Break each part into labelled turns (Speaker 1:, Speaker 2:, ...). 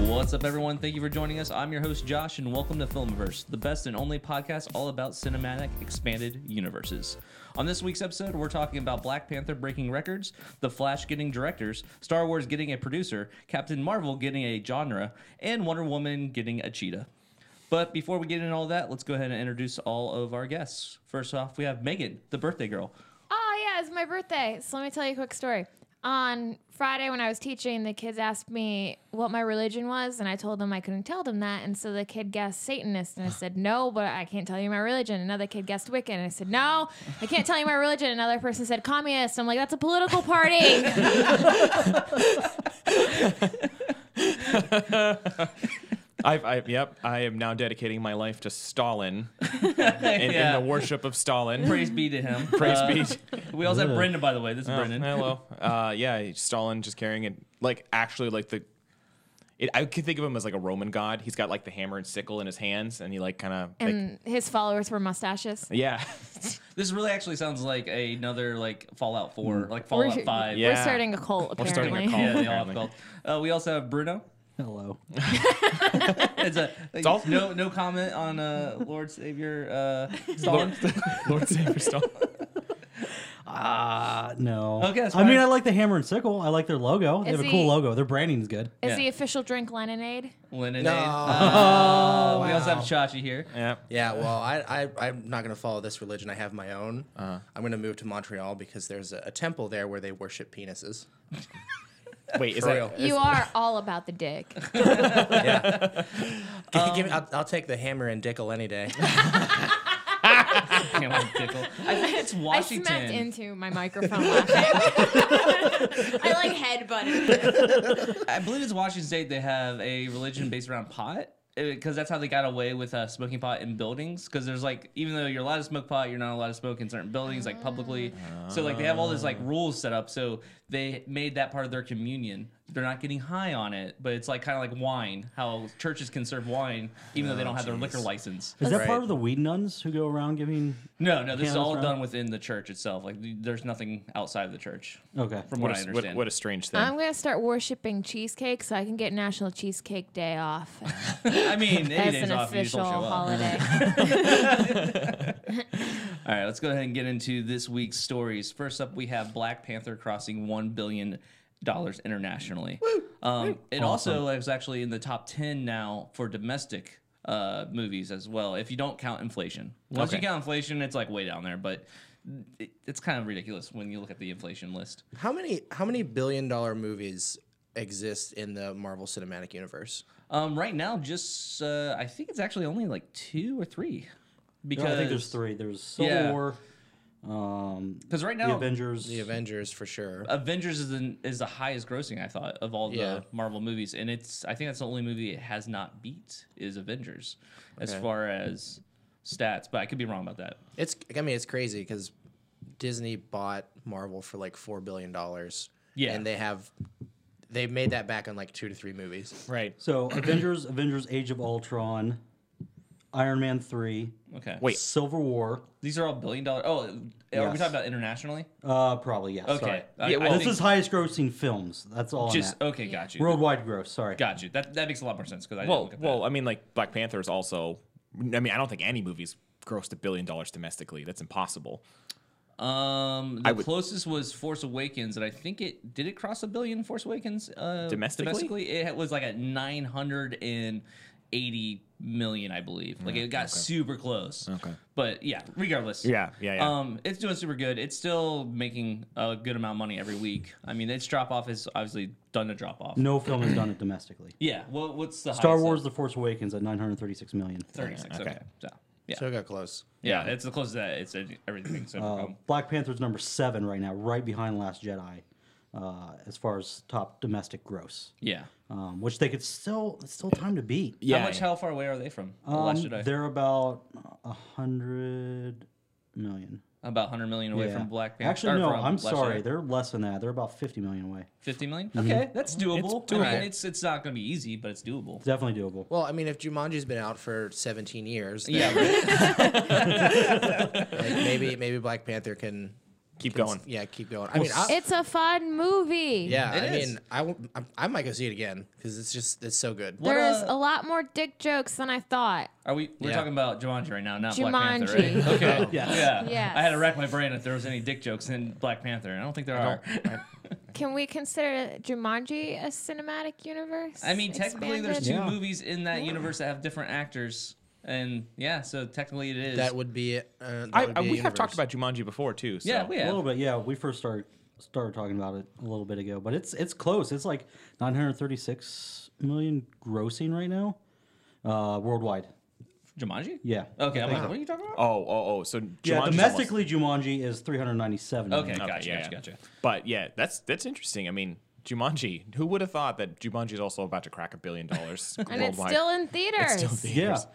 Speaker 1: What's up, everyone? Thank you for joining us. I'm your host, Josh, and welcome to Filmverse, the best and only podcast all about cinematic expanded universes. On this week's episode, we're talking about Black Panther breaking records, The Flash getting directors, Star Wars getting a producer, Captain Marvel getting a genre, and Wonder Woman getting a cheetah. But before we get into all that, let's go ahead and introduce all of our guests. First off, we have Megan, the birthday girl.
Speaker 2: Oh yeah, it's my birthday. So let me tell you a quick story. On Friday when I was teaching, the kids asked me what my religion was, and I told them I couldn't tell them that. And so the kid guessed Satanist, and I said no, but I can't tell you my religion. Another kid guessed Wiccan, and I said no, I can't tell you my religion. Another person said communist. I'm like, that's a political party.
Speaker 3: I've, I, yep, I am now dedicating my life to Stalin and
Speaker 1: Yeah.
Speaker 3: in the worship of Stalin.
Speaker 1: Praise be to him.
Speaker 3: Praise
Speaker 1: Uh,
Speaker 3: be.
Speaker 1: We also have Brenda, by the way. This is
Speaker 3: Oh,
Speaker 1: Brendan.
Speaker 3: hello. Uh, yeah, Stalin just carrying it. Like actually, like the. It, I could think of him as like a Roman god. He's got like the hammer and sickle in his hands, and he like kind of. Like,
Speaker 2: and his followers were mustaches.
Speaker 3: yeah.
Speaker 1: This really actually sounds like another like Fallout 4,
Speaker 2: Hmm.
Speaker 1: like Fallout
Speaker 2: We're-
Speaker 1: 5.
Speaker 3: Yeah.
Speaker 2: We're starting a cult.
Speaker 3: We're starting a
Speaker 2: Apparently,
Speaker 3: cult.
Speaker 1: Yeah, they all have
Speaker 3: Apparently.
Speaker 1: called. Uh, we also have Bruno.
Speaker 4: Hello.
Speaker 1: It's a
Speaker 3: all-
Speaker 1: no no comment on uh, Lord Savior uh, Stalin.
Speaker 3: Lord Savior Stalin.
Speaker 4: Ah, no.
Speaker 1: Okay, that's
Speaker 4: I mean,
Speaker 1: fine.
Speaker 4: I like the hammer and sickle. I like their logo. They
Speaker 2: Is
Speaker 4: have a cool
Speaker 2: he-
Speaker 4: logo. Their branding's good.
Speaker 2: Is
Speaker 1: Yeah.
Speaker 2: the official drink lemonade?
Speaker 1: Leninade.
Speaker 5: No. Oh,
Speaker 1: Uh, We also have
Speaker 5: Wow.
Speaker 1: Chachi here.
Speaker 3: Yeah.
Speaker 5: Yeah, well, I, I, I'm not going to follow this religion. I have my own.
Speaker 1: Uh-huh.
Speaker 5: I'm going to move to Montreal because there's a, a temple there where they worship penises.
Speaker 3: Wait, is
Speaker 5: For real.
Speaker 3: that?
Speaker 2: You are all about the dick.
Speaker 5: Yeah. G- give
Speaker 2: Um,
Speaker 5: me, I'll, I'll take the hammer and dickle any day.
Speaker 1: Can't wait to tickle. I think it's
Speaker 2: I
Speaker 1: Washington.
Speaker 2: smacked into my microphone laughing. I like headbutted.
Speaker 1: I believe it's Washington State. They have a religion based around pot because that's how they got away with uh, smoking pot in buildings. Because there's like, even though you're allowed to smoke pot, you're not allowed to smoke in certain buildings, like publicly. So like they have all this like rules set up. So they made that part of their communion. They're not getting high on it, but it's like kind of like wine. How churches can serve wine even though they don't have their
Speaker 3: Oh,
Speaker 1: liquor license.
Speaker 4: Is that
Speaker 5: Right.
Speaker 4: part of the weed nuns who go around giving?
Speaker 1: No, no, this is
Speaker 4: Yeah,
Speaker 1: all
Speaker 4: that's right.
Speaker 1: done within the church itself. Like there's nothing outside of the church,
Speaker 4: Okay.
Speaker 1: from what,
Speaker 3: What
Speaker 1: I
Speaker 3: a,
Speaker 1: understand.
Speaker 3: what, what a strange thing.
Speaker 2: I'm gonna start worshiping cheesecake so I can get National Cheesecake Day off
Speaker 1: I mean, eight
Speaker 2: as
Speaker 1: days
Speaker 2: an
Speaker 1: off, you just
Speaker 2: official
Speaker 1: don't show up.
Speaker 2: holiday.
Speaker 1: All right, let's go ahead and get into this week's stories. First up, we have Black Panther crossing one billion dollars internationally. Um, it also is actually in the top ten now for domestic uh, movies as well. If you don't count inflation, once you
Speaker 3: Okay.
Speaker 1: count inflation, it's like way down there. But it, it's kind of ridiculous when you look at the inflation list.
Speaker 5: how many how many billion dollar movies exist in the Marvel Cinematic Universe?
Speaker 1: Um, right now, just uh, I think it's actually only like two or three. Because
Speaker 4: Oh, I think there's three. There's Civil
Speaker 1: Yeah.
Speaker 4: War, um,
Speaker 1: Because right
Speaker 4: the
Speaker 1: now,
Speaker 4: Avengers.
Speaker 5: The Avengers, for sure.
Speaker 2: Uh,
Speaker 1: Avengers is the, is the highest grossing I thought of all the
Speaker 5: Yeah.
Speaker 1: Marvel movies, and it's I think that's the only movie it has not beat is Avengers, as far as stats. But I could be wrong about that.
Speaker 5: It's I mean it's crazy because Disney bought Marvel for like four billion dollars.
Speaker 1: Yeah.
Speaker 5: and they have they made that back in like two to three movies.
Speaker 3: right.
Speaker 4: So Avengers, Avengers, Age of Ultron, Iron Man three,
Speaker 1: Okay,
Speaker 3: Wait.
Speaker 4: Silver War.
Speaker 1: these are all billion dollar. Oh, are we
Speaker 4: Yes.
Speaker 1: talking about internationally?
Speaker 4: Uh, probably yeah.
Speaker 1: Okay,
Speaker 4: Sorry.
Speaker 1: I-
Speaker 3: Yeah,
Speaker 1: I
Speaker 3: well,
Speaker 4: this
Speaker 1: think-
Speaker 4: is highest grossing films. That's all.
Speaker 1: just
Speaker 4: I'm at.
Speaker 1: okay. Got you.
Speaker 4: Worldwide gross. Sorry.
Speaker 1: Got you. That that makes a lot more sense because I didn't
Speaker 3: Well,
Speaker 1: look at
Speaker 3: well, I mean, like Black Panther is also. I mean, I don't think any movies grossed a billion dollars domestically. That's impossible.
Speaker 1: that. Um, the
Speaker 3: would-
Speaker 1: closest was Force Awakens, and I think it did it cross a billion. Force Awakens uh,
Speaker 3: Domestically?
Speaker 1: it was like at nine hundred and eighty million, I believe. Like it got super close.
Speaker 3: Mm, Okay.
Speaker 1: But yeah, regardless.
Speaker 3: Yeah, yeah, yeah.
Speaker 1: Um, it's doing super good. It's still making a good amount of money every week. I mean, its drop off is obviously done to drop off.
Speaker 4: No film has done it domestically.
Speaker 1: Yeah. Well, what's the
Speaker 4: Star
Speaker 1: highest?
Speaker 4: Wars: The Force Awakens at 936 million.
Speaker 1: Thirty six. Okay.
Speaker 3: Okay.
Speaker 1: So, yeah.
Speaker 5: So it got close.
Speaker 1: yeah, it's the closest that it's everything. So
Speaker 4: Uh,
Speaker 1: um,
Speaker 4: Black Panther's number seven right now, right behind Last Jedi, uh, as far as top domestic gross,
Speaker 1: yeah.
Speaker 4: um, which they could still it's still time to beat.
Speaker 1: How much? How far away are they from the
Speaker 4: Um,
Speaker 1: Last Jedi?
Speaker 4: They're about a hundred million
Speaker 1: About hundred million away
Speaker 4: Yeah.
Speaker 1: from Black Panther.
Speaker 4: Actually,
Speaker 1: or
Speaker 4: no,
Speaker 1: from
Speaker 4: I'm
Speaker 1: Last
Speaker 4: sorry,
Speaker 1: Jedi.
Speaker 4: they're Mm-hmm. less than that. They're about 50 million away.
Speaker 1: Fifty million? Okay, that's doable.
Speaker 3: It's
Speaker 1: I mean,
Speaker 3: doable.
Speaker 1: it's it's not going to be easy, but it's doable.
Speaker 4: Definitely doable.
Speaker 5: Well, I mean, if Jumanji's been out for 17 years, then,
Speaker 1: Yeah.
Speaker 5: like, maybe maybe Black Panther can
Speaker 3: Keep
Speaker 5: Cons-
Speaker 3: going.
Speaker 5: Yeah, keep going. I mean, I,
Speaker 2: It's a fun movie.
Speaker 5: yeah,
Speaker 1: It
Speaker 5: I
Speaker 1: is.
Speaker 5: mean, I, w- I I might go see it again because it's just it's so good.
Speaker 1: What,
Speaker 2: There's
Speaker 1: uh,
Speaker 2: a lot more dick jokes than I thought.
Speaker 1: Are we? We're
Speaker 5: Yeah.
Speaker 1: talking about Jumanji right now, not Black Panther.
Speaker 2: Jumanji.
Speaker 1: Right?
Speaker 5: Oh,
Speaker 1: okay.
Speaker 4: Yes.
Speaker 1: Yeah.
Speaker 2: Yes.
Speaker 1: I had to rack my brain if there was any dick jokes in Black Panther. and I don't think there are.
Speaker 2: Can we consider Jumanji a cinematic universe?
Speaker 1: I mean, technically, there's two
Speaker 2: Expanded?
Speaker 4: Yeah.
Speaker 1: movies in that universe that have different actors, and yeah, so technically it is.
Speaker 5: That would be. it. Uh, that
Speaker 3: I,
Speaker 5: would
Speaker 3: I,
Speaker 5: be a
Speaker 3: we have talked
Speaker 5: universe.
Speaker 3: about Jumanji before too. So.
Speaker 1: yeah, we
Speaker 4: A
Speaker 1: have.
Speaker 4: little bit, yeah. We first started started talking about it a little bit ago, but it's it's close. It's like 936 million grossing right now, uh, worldwide.
Speaker 1: Jumanji.
Speaker 4: Yeah.
Speaker 1: Okay. I'm like, what are you talking about?
Speaker 3: Oh, oh, oh. So Jumanji's
Speaker 4: yeah,
Speaker 3: almost-
Speaker 4: domestically, Jumanji is 397.
Speaker 1: Okay.
Speaker 4: million.
Speaker 1: Gotcha.
Speaker 3: Okay, yeah,
Speaker 1: gotcha.
Speaker 3: yeah.
Speaker 1: Gotcha.
Speaker 3: But yeah, that's that's interesting. I mean, Jumanji. Who would have thought that Jumanji is also about to crack a billion dollars
Speaker 2: And
Speaker 3: worldwide?
Speaker 2: it's still in
Speaker 3: It's
Speaker 2: theaters
Speaker 3: still
Speaker 4: Yeah.
Speaker 3: theaters.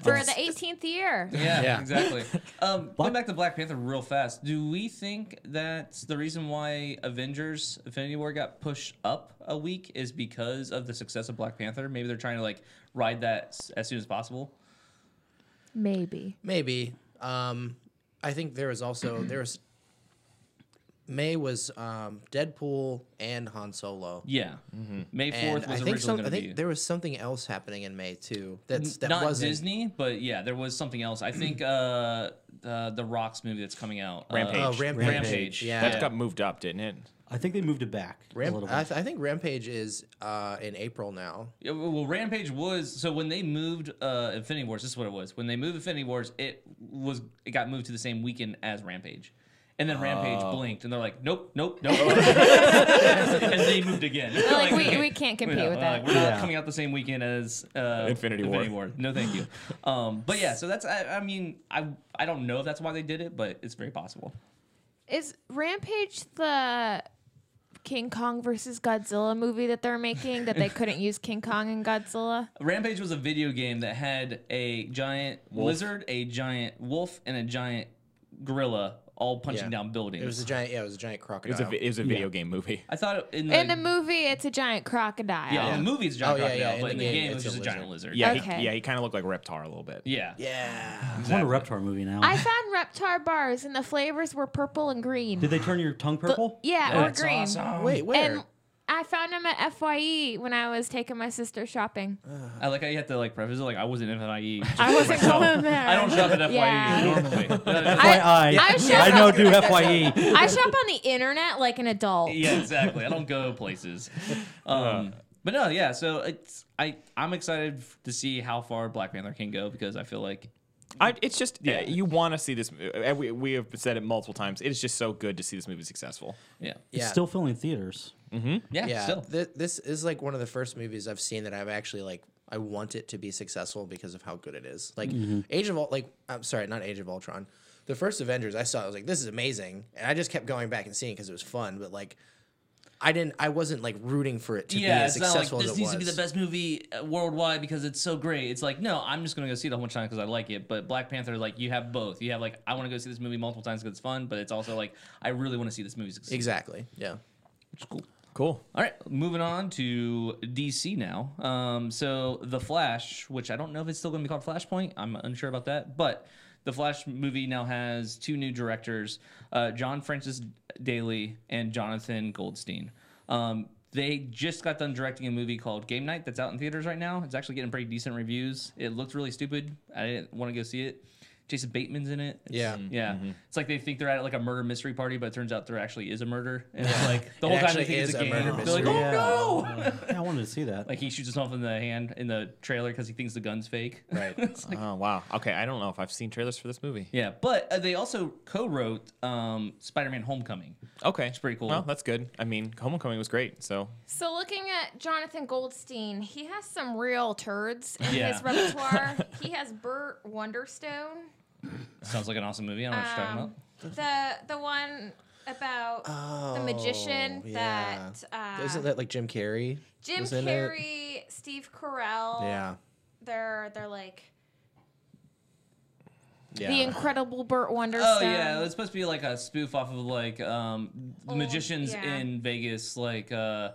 Speaker 2: for the 18th year.
Speaker 1: Yeah,
Speaker 5: Yeah.
Speaker 1: exactly. Um, going back to Black Panther real fast, do we think that's the reason why Avengers Infinity War got pushed up a week is because of the success of Black Panther? Maybe they're trying to like ride that s- as soon as possible.
Speaker 2: Maybe.
Speaker 5: Maybe. Um, I think there was also there was May was um, Deadpool and Han Solo.
Speaker 1: Yeah, May
Speaker 5: Mm-hmm. And
Speaker 1: fourth
Speaker 5: I
Speaker 1: was
Speaker 5: think
Speaker 1: originally
Speaker 5: some,
Speaker 1: going
Speaker 5: I
Speaker 1: to
Speaker 5: think
Speaker 1: be
Speaker 5: there was something else happening in May too. That's that
Speaker 1: not
Speaker 5: wasn't
Speaker 1: Disney, but yeah, there was something else. I think uh, uh, the Rocks movie that's coming out, uh,
Speaker 3: Rampage.
Speaker 5: Oh,
Speaker 3: Rampage.
Speaker 5: Rampage.
Speaker 1: Rampage.
Speaker 5: Yeah.
Speaker 3: That got moved up, didn't it?
Speaker 4: I think they moved it back a
Speaker 5: Ramp-
Speaker 4: little
Speaker 5: I,
Speaker 4: bit.
Speaker 5: th- I think Rampage is uh, in April now.
Speaker 1: Yeah, well, well, Rampage was so when they moved uh, Infinity Wars. This is what it was. When they moved Infinity Wars, it was it got moved to the same weekend as Rampage, and then Rampage
Speaker 3: Oh.
Speaker 1: blinked, and they're like, nope, nope, nope, and they moved again.
Speaker 2: They're like, we,
Speaker 1: okay.
Speaker 2: we can't compete
Speaker 1: Yeah,
Speaker 2: with
Speaker 1: uh,
Speaker 2: that.
Speaker 1: we're not
Speaker 4: Yeah.
Speaker 1: coming out the same weekend as uh,
Speaker 3: Infinity War.
Speaker 1: No, thank you. Um, but yeah, so that's I, I mean I I don't know if that's why they did it, but it's very possible.
Speaker 2: Is Rampage the King Kong versus Godzilla movie that they're making that they couldn't use King Kong and Godzilla?
Speaker 1: Rampage was a video game that had a giant lizard, a giant wolf, and a giant gorilla all punching
Speaker 5: Yeah.
Speaker 1: down buildings.
Speaker 5: It was a giant. Yeah, it was a giant
Speaker 3: It
Speaker 5: crocodile.
Speaker 3: was a vi- it was a video game movie.
Speaker 1: I thought it- in the,
Speaker 2: In the movie, it's a giant crocodile.
Speaker 1: yeah, in the movie it's a giant
Speaker 5: Oh, yeah,
Speaker 1: crocodile,
Speaker 5: yeah,
Speaker 1: but in the game, it's
Speaker 5: a
Speaker 1: just a, giant
Speaker 5: lizard.
Speaker 1: lizard.
Speaker 3: Yeah,
Speaker 2: Okay.
Speaker 3: he, yeah, he kind of looked like Reptar a little bit.
Speaker 1: yeah,
Speaker 5: yeah.
Speaker 4: I want a Reptar movie now.
Speaker 2: I found Reptar bars and the flavors were purple and green.
Speaker 4: Did they turn your tongue purple?
Speaker 2: yeah,
Speaker 1: That's
Speaker 2: or green.
Speaker 1: awesome.
Speaker 5: Wait, where?
Speaker 2: And I found them at FYE when I was taking my sister shopping.
Speaker 1: I like how you have to like preface it like I wasn't FIE.
Speaker 2: I wasn't going there.
Speaker 1: I don't shop at FYE
Speaker 2: Yeah.
Speaker 1: E normally.
Speaker 2: I-
Speaker 4: FYI,
Speaker 2: I was shocked.
Speaker 4: I know do E. FYE.
Speaker 2: I shop on the internet like an adult.
Speaker 1: yeah, exactly. I don't go places.
Speaker 5: Uh.
Speaker 1: Um, but no, yeah. So it's I I'm excited f- to see how far Black Panther can go because I feel like
Speaker 3: I, it's just yeah,
Speaker 1: Yeah.
Speaker 3: you want to see this. uh, We, we have said it multiple times. It is just so good to see this movie successful.
Speaker 1: yeah
Speaker 5: Yeah.
Speaker 4: It's still filling theaters.
Speaker 1: yeah,
Speaker 5: yeah.
Speaker 1: still.
Speaker 5: Th- this is like one of the first movies I've seen that I've actually like. I want it to be successful because of how good it is. Like
Speaker 1: Mm-hmm.
Speaker 5: Age of Ul- like I'm sorry, not Age of Ultron. The first Avengers I saw, I was like, this is amazing, and I just kept going back and seeing because it was fun. But like, I didn't, I wasn't like rooting for it to be
Speaker 1: yeah,
Speaker 5: as
Speaker 1: it's not like
Speaker 5: successful
Speaker 1: this
Speaker 5: as it
Speaker 1: needs
Speaker 5: was.
Speaker 1: to be the best movie uh, worldwide because it's so great. It's like no, I'm just gonna go see it a whole bunch of times because I like it. But Black Panther, like you have both. You have like I want to go see this movie multiple times because it's fun, but it's also like I really want to see this movie succeed.
Speaker 5: Exactly. Yeah.
Speaker 1: Which is cool.
Speaker 3: Cool.
Speaker 1: All right, moving on to DC now. Um, so the Flash, which I don't know if it's still going to be called Flashpoint, I'm unsure about that. But the Flash movie now has two new directors, uh, John Francis Daly and Jonathan Goldstein. Um, they just got done directing a movie called Game Night that's out in theaters right now. It's actually getting pretty decent reviews. It looked really stupid. I didn't want to go see it. Jason Bateman's in it. It's-
Speaker 5: Yeah.
Speaker 1: yeah. It's like they think they're at like a murder mystery party, but it turns out there actually is a murder, and it's like the whole time they
Speaker 5: actually
Speaker 1: think it's
Speaker 5: is
Speaker 1: a
Speaker 5: a
Speaker 1: game.
Speaker 5: murder
Speaker 1: They're like,
Speaker 5: mystery.
Speaker 1: oh
Speaker 4: Yeah.
Speaker 1: no!
Speaker 4: Yeah, I wanted to see that.
Speaker 1: Like he shoots himself in the hand in the trailer because he thinks the gun's fake.
Speaker 5: Right.
Speaker 3: oh wow. Okay. I don't know if I've seen trailers for this movie.
Speaker 1: yeah, but uh, they also co-wrote um, Spider-Man: Homecoming.
Speaker 3: Okay.
Speaker 1: It's pretty cool.
Speaker 3: Well, that's good. I mean, Homecoming was great. So
Speaker 2: So looking at Jonathan Goldstein, he has some real turds in
Speaker 1: Yeah.
Speaker 2: his repertoire. he has Burt Wonderstone,
Speaker 1: Sounds like an awesome movie. I don't know what you're
Speaker 2: Um,
Speaker 1: talking about.
Speaker 2: the the one about the magician
Speaker 5: Oh, yeah.
Speaker 2: that uh,
Speaker 5: Isn't that like Jim Carrey?
Speaker 2: Jim
Speaker 5: was in it?
Speaker 2: Carrey, Steve Carell.
Speaker 5: Yeah.
Speaker 2: they're they're like
Speaker 5: Yeah.
Speaker 2: the incredible Burt Wonderstone.
Speaker 1: Oh yeah, it's supposed to be like a spoof off of like um,
Speaker 2: Old-
Speaker 1: magicians
Speaker 2: Oh, yeah.
Speaker 1: in Vegas, like. Uh,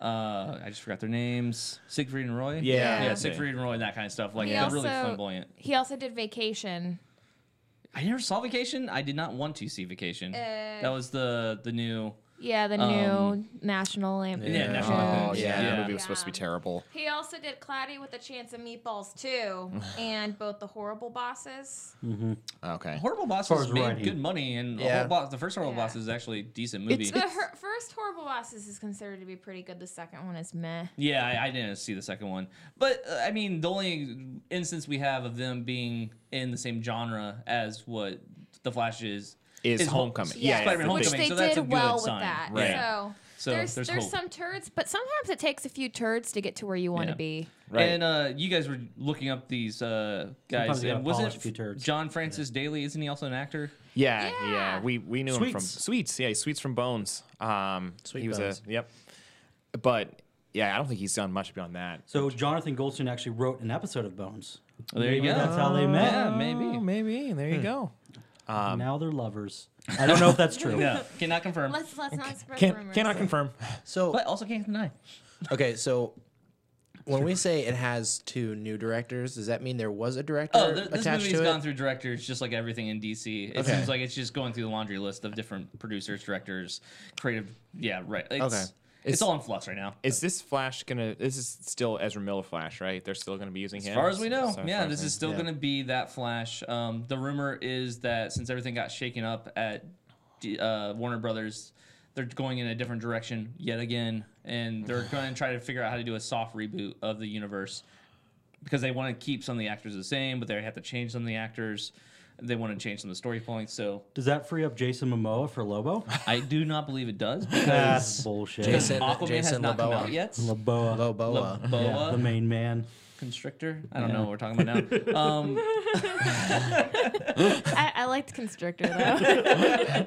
Speaker 1: uh, I just forgot their names. Siegfried and Roy.
Speaker 3: Yeah.
Speaker 1: yeah,
Speaker 2: Yeah.
Speaker 1: Siegfried and Roy, that kind of stuff. Like
Speaker 2: He
Speaker 1: they're really
Speaker 2: also-
Speaker 1: flamboyant.
Speaker 2: He also did Vacation.
Speaker 1: I never saw Vacation. I did not want to see Vacation.
Speaker 2: Uh,
Speaker 1: that was the the new.
Speaker 2: Yeah, the
Speaker 1: Um,
Speaker 2: new national lamp.
Speaker 1: Yeah,
Speaker 2: Show.
Speaker 1: National
Speaker 3: Oh, yeah,
Speaker 1: Lampoon's.
Speaker 3: That
Speaker 1: Yeah.
Speaker 3: movie was supposed to be
Speaker 2: Yeah.
Speaker 3: terrible.
Speaker 2: He also did Cloudy with a Chance of Meatballs too, and both the Horrible Bosses.
Speaker 3: Okay.
Speaker 1: Horrible
Speaker 4: far
Speaker 1: Bosses
Speaker 4: as
Speaker 1: made
Speaker 4: writing.
Speaker 1: good money, and
Speaker 5: Yeah.
Speaker 1: the, boss, the first Horrible
Speaker 2: Yeah.
Speaker 1: Bosses is actually a decent movie.
Speaker 2: The her- first Horrible Bosses is considered to be pretty good. The second one is meh.
Speaker 1: Yeah, I, I didn't see the second one, but uh, I mean, the only instance we have of them being in the same genre as what the Flash is
Speaker 3: Is
Speaker 1: Hol-
Speaker 3: Homecoming.
Speaker 1: S-
Speaker 3: Yeah,
Speaker 1: Spider-Man
Speaker 3: yeah,
Speaker 1: Homecoming.
Speaker 2: Which
Speaker 1: so
Speaker 2: they did
Speaker 1: that's a good
Speaker 2: well with
Speaker 1: sign.
Speaker 2: that.
Speaker 3: Right.
Speaker 2: So,
Speaker 1: So
Speaker 2: there's
Speaker 1: there's
Speaker 2: there's,
Speaker 1: hope.
Speaker 2: some turds, but sometimes it takes a few turds to get to where you want
Speaker 1: Yeah.
Speaker 2: to be.
Speaker 3: Right.
Speaker 1: And uh, you guys were looking up these uh, guys.
Speaker 4: Sometimes you
Speaker 1: And
Speaker 4: gotta
Speaker 1: was
Speaker 4: polish a few
Speaker 1: it
Speaker 4: turds.
Speaker 1: John Francis Daly? Isn't he also an actor?
Speaker 3: Yeah,
Speaker 2: Yeah.
Speaker 3: yeah. We we knew him from
Speaker 4: Sweets.
Speaker 3: Sweets. Yeah, Sweets from Bones. Um,
Speaker 5: Sweet
Speaker 3: he was
Speaker 5: Bones.
Speaker 3: a yep. But yeah, I don't think he's done much beyond that.
Speaker 4: So Jonathan Goldstein actually wrote an episode of Bones.
Speaker 1: Oh, there you
Speaker 4: Maybe
Speaker 1: go.
Speaker 4: That's how they met.
Speaker 1: yeah, maybe.
Speaker 3: Oh, maybe. There you go.
Speaker 5: Um,
Speaker 4: now they're lovers. I don't know if that's true.
Speaker 1: Yeah, cannot confirm,
Speaker 2: Let's let's not spread
Speaker 3: Can
Speaker 2: rumors.
Speaker 3: cannot confirm.
Speaker 5: So
Speaker 1: but also can't deny.
Speaker 5: okay, so when we say it has two new directors, does that mean there was a director
Speaker 1: Oh, th- this
Speaker 5: attached
Speaker 1: movie's
Speaker 5: to it?
Speaker 1: gone through directors, just like everything in DC. It
Speaker 5: Okay.
Speaker 1: seems like it's just going through the laundry list of different producers, directors, creative. Yeah, right. It's,
Speaker 5: Okay.
Speaker 1: It's, all in flux right now.
Speaker 3: Is this Flash gonna? This is still Ezra Miller Flash, right? They're still gonna be using him.
Speaker 1: As far as we know,
Speaker 3: So far
Speaker 1: yeah,
Speaker 3: as
Speaker 1: this
Speaker 3: we-
Speaker 1: is still
Speaker 3: yeah.
Speaker 1: going to be that Flash. Um, the rumor is that since everything got shaken up at D- uh, Warner Brothers, they're going in a different direction yet again, and they're going to try to figure out how to do a soft reboot of the universe because they want to keep some of the actors the same, but they have to change some of the actors. They want to change some of the story points, so
Speaker 4: Does that free up Jason Momoa for Lobo?
Speaker 1: I do not believe it does
Speaker 4: That's
Speaker 1: because
Speaker 4: bullshit.
Speaker 5: Jason-
Speaker 1: Aquaman has
Speaker 5: Jason
Speaker 1: not come
Speaker 5: Loboa.
Speaker 1: out yet.
Speaker 4: Loboa.
Speaker 5: Loboa.
Speaker 1: Loboa
Speaker 4: Yeah, the main man.
Speaker 1: constrictor. I don't know what we're talking about now. Um,
Speaker 2: I, I liked Constrictor though.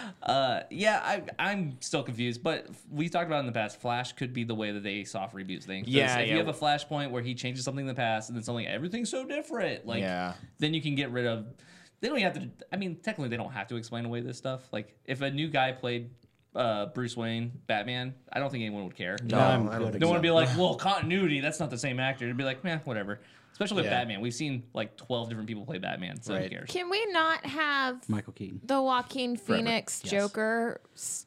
Speaker 1: uh, yeah, I, I'm still confused, but we talked about in the past. Flash could be the way that they soft reboots things. 'Cause
Speaker 3: Yeah,
Speaker 1: if you
Speaker 3: yeah.
Speaker 1: have a flashpoint where he changes something in the past and then suddenly everything's so different, like
Speaker 3: Yeah.
Speaker 1: then you can get rid of. They don't even have to. I mean, technically, they don't have to explain away this stuff. Like if a new guy played uh, Bruce Wayne, Batman, I don't think anyone would care.
Speaker 5: No,
Speaker 4: I'm
Speaker 5: I
Speaker 4: good.
Speaker 5: don't think
Speaker 1: They
Speaker 5: so.
Speaker 1: want to be like, well, continuity. That's not the same actor. It'd be like, man, whatever. Especially with
Speaker 5: Yeah.
Speaker 1: Batman, we've seen like twelve different people play Batman, so who
Speaker 5: Right.
Speaker 1: cares?
Speaker 2: Can we not have
Speaker 4: Michael Keaton.
Speaker 2: the Joaquin Phoenix
Speaker 4: Yes.
Speaker 2: Joker s-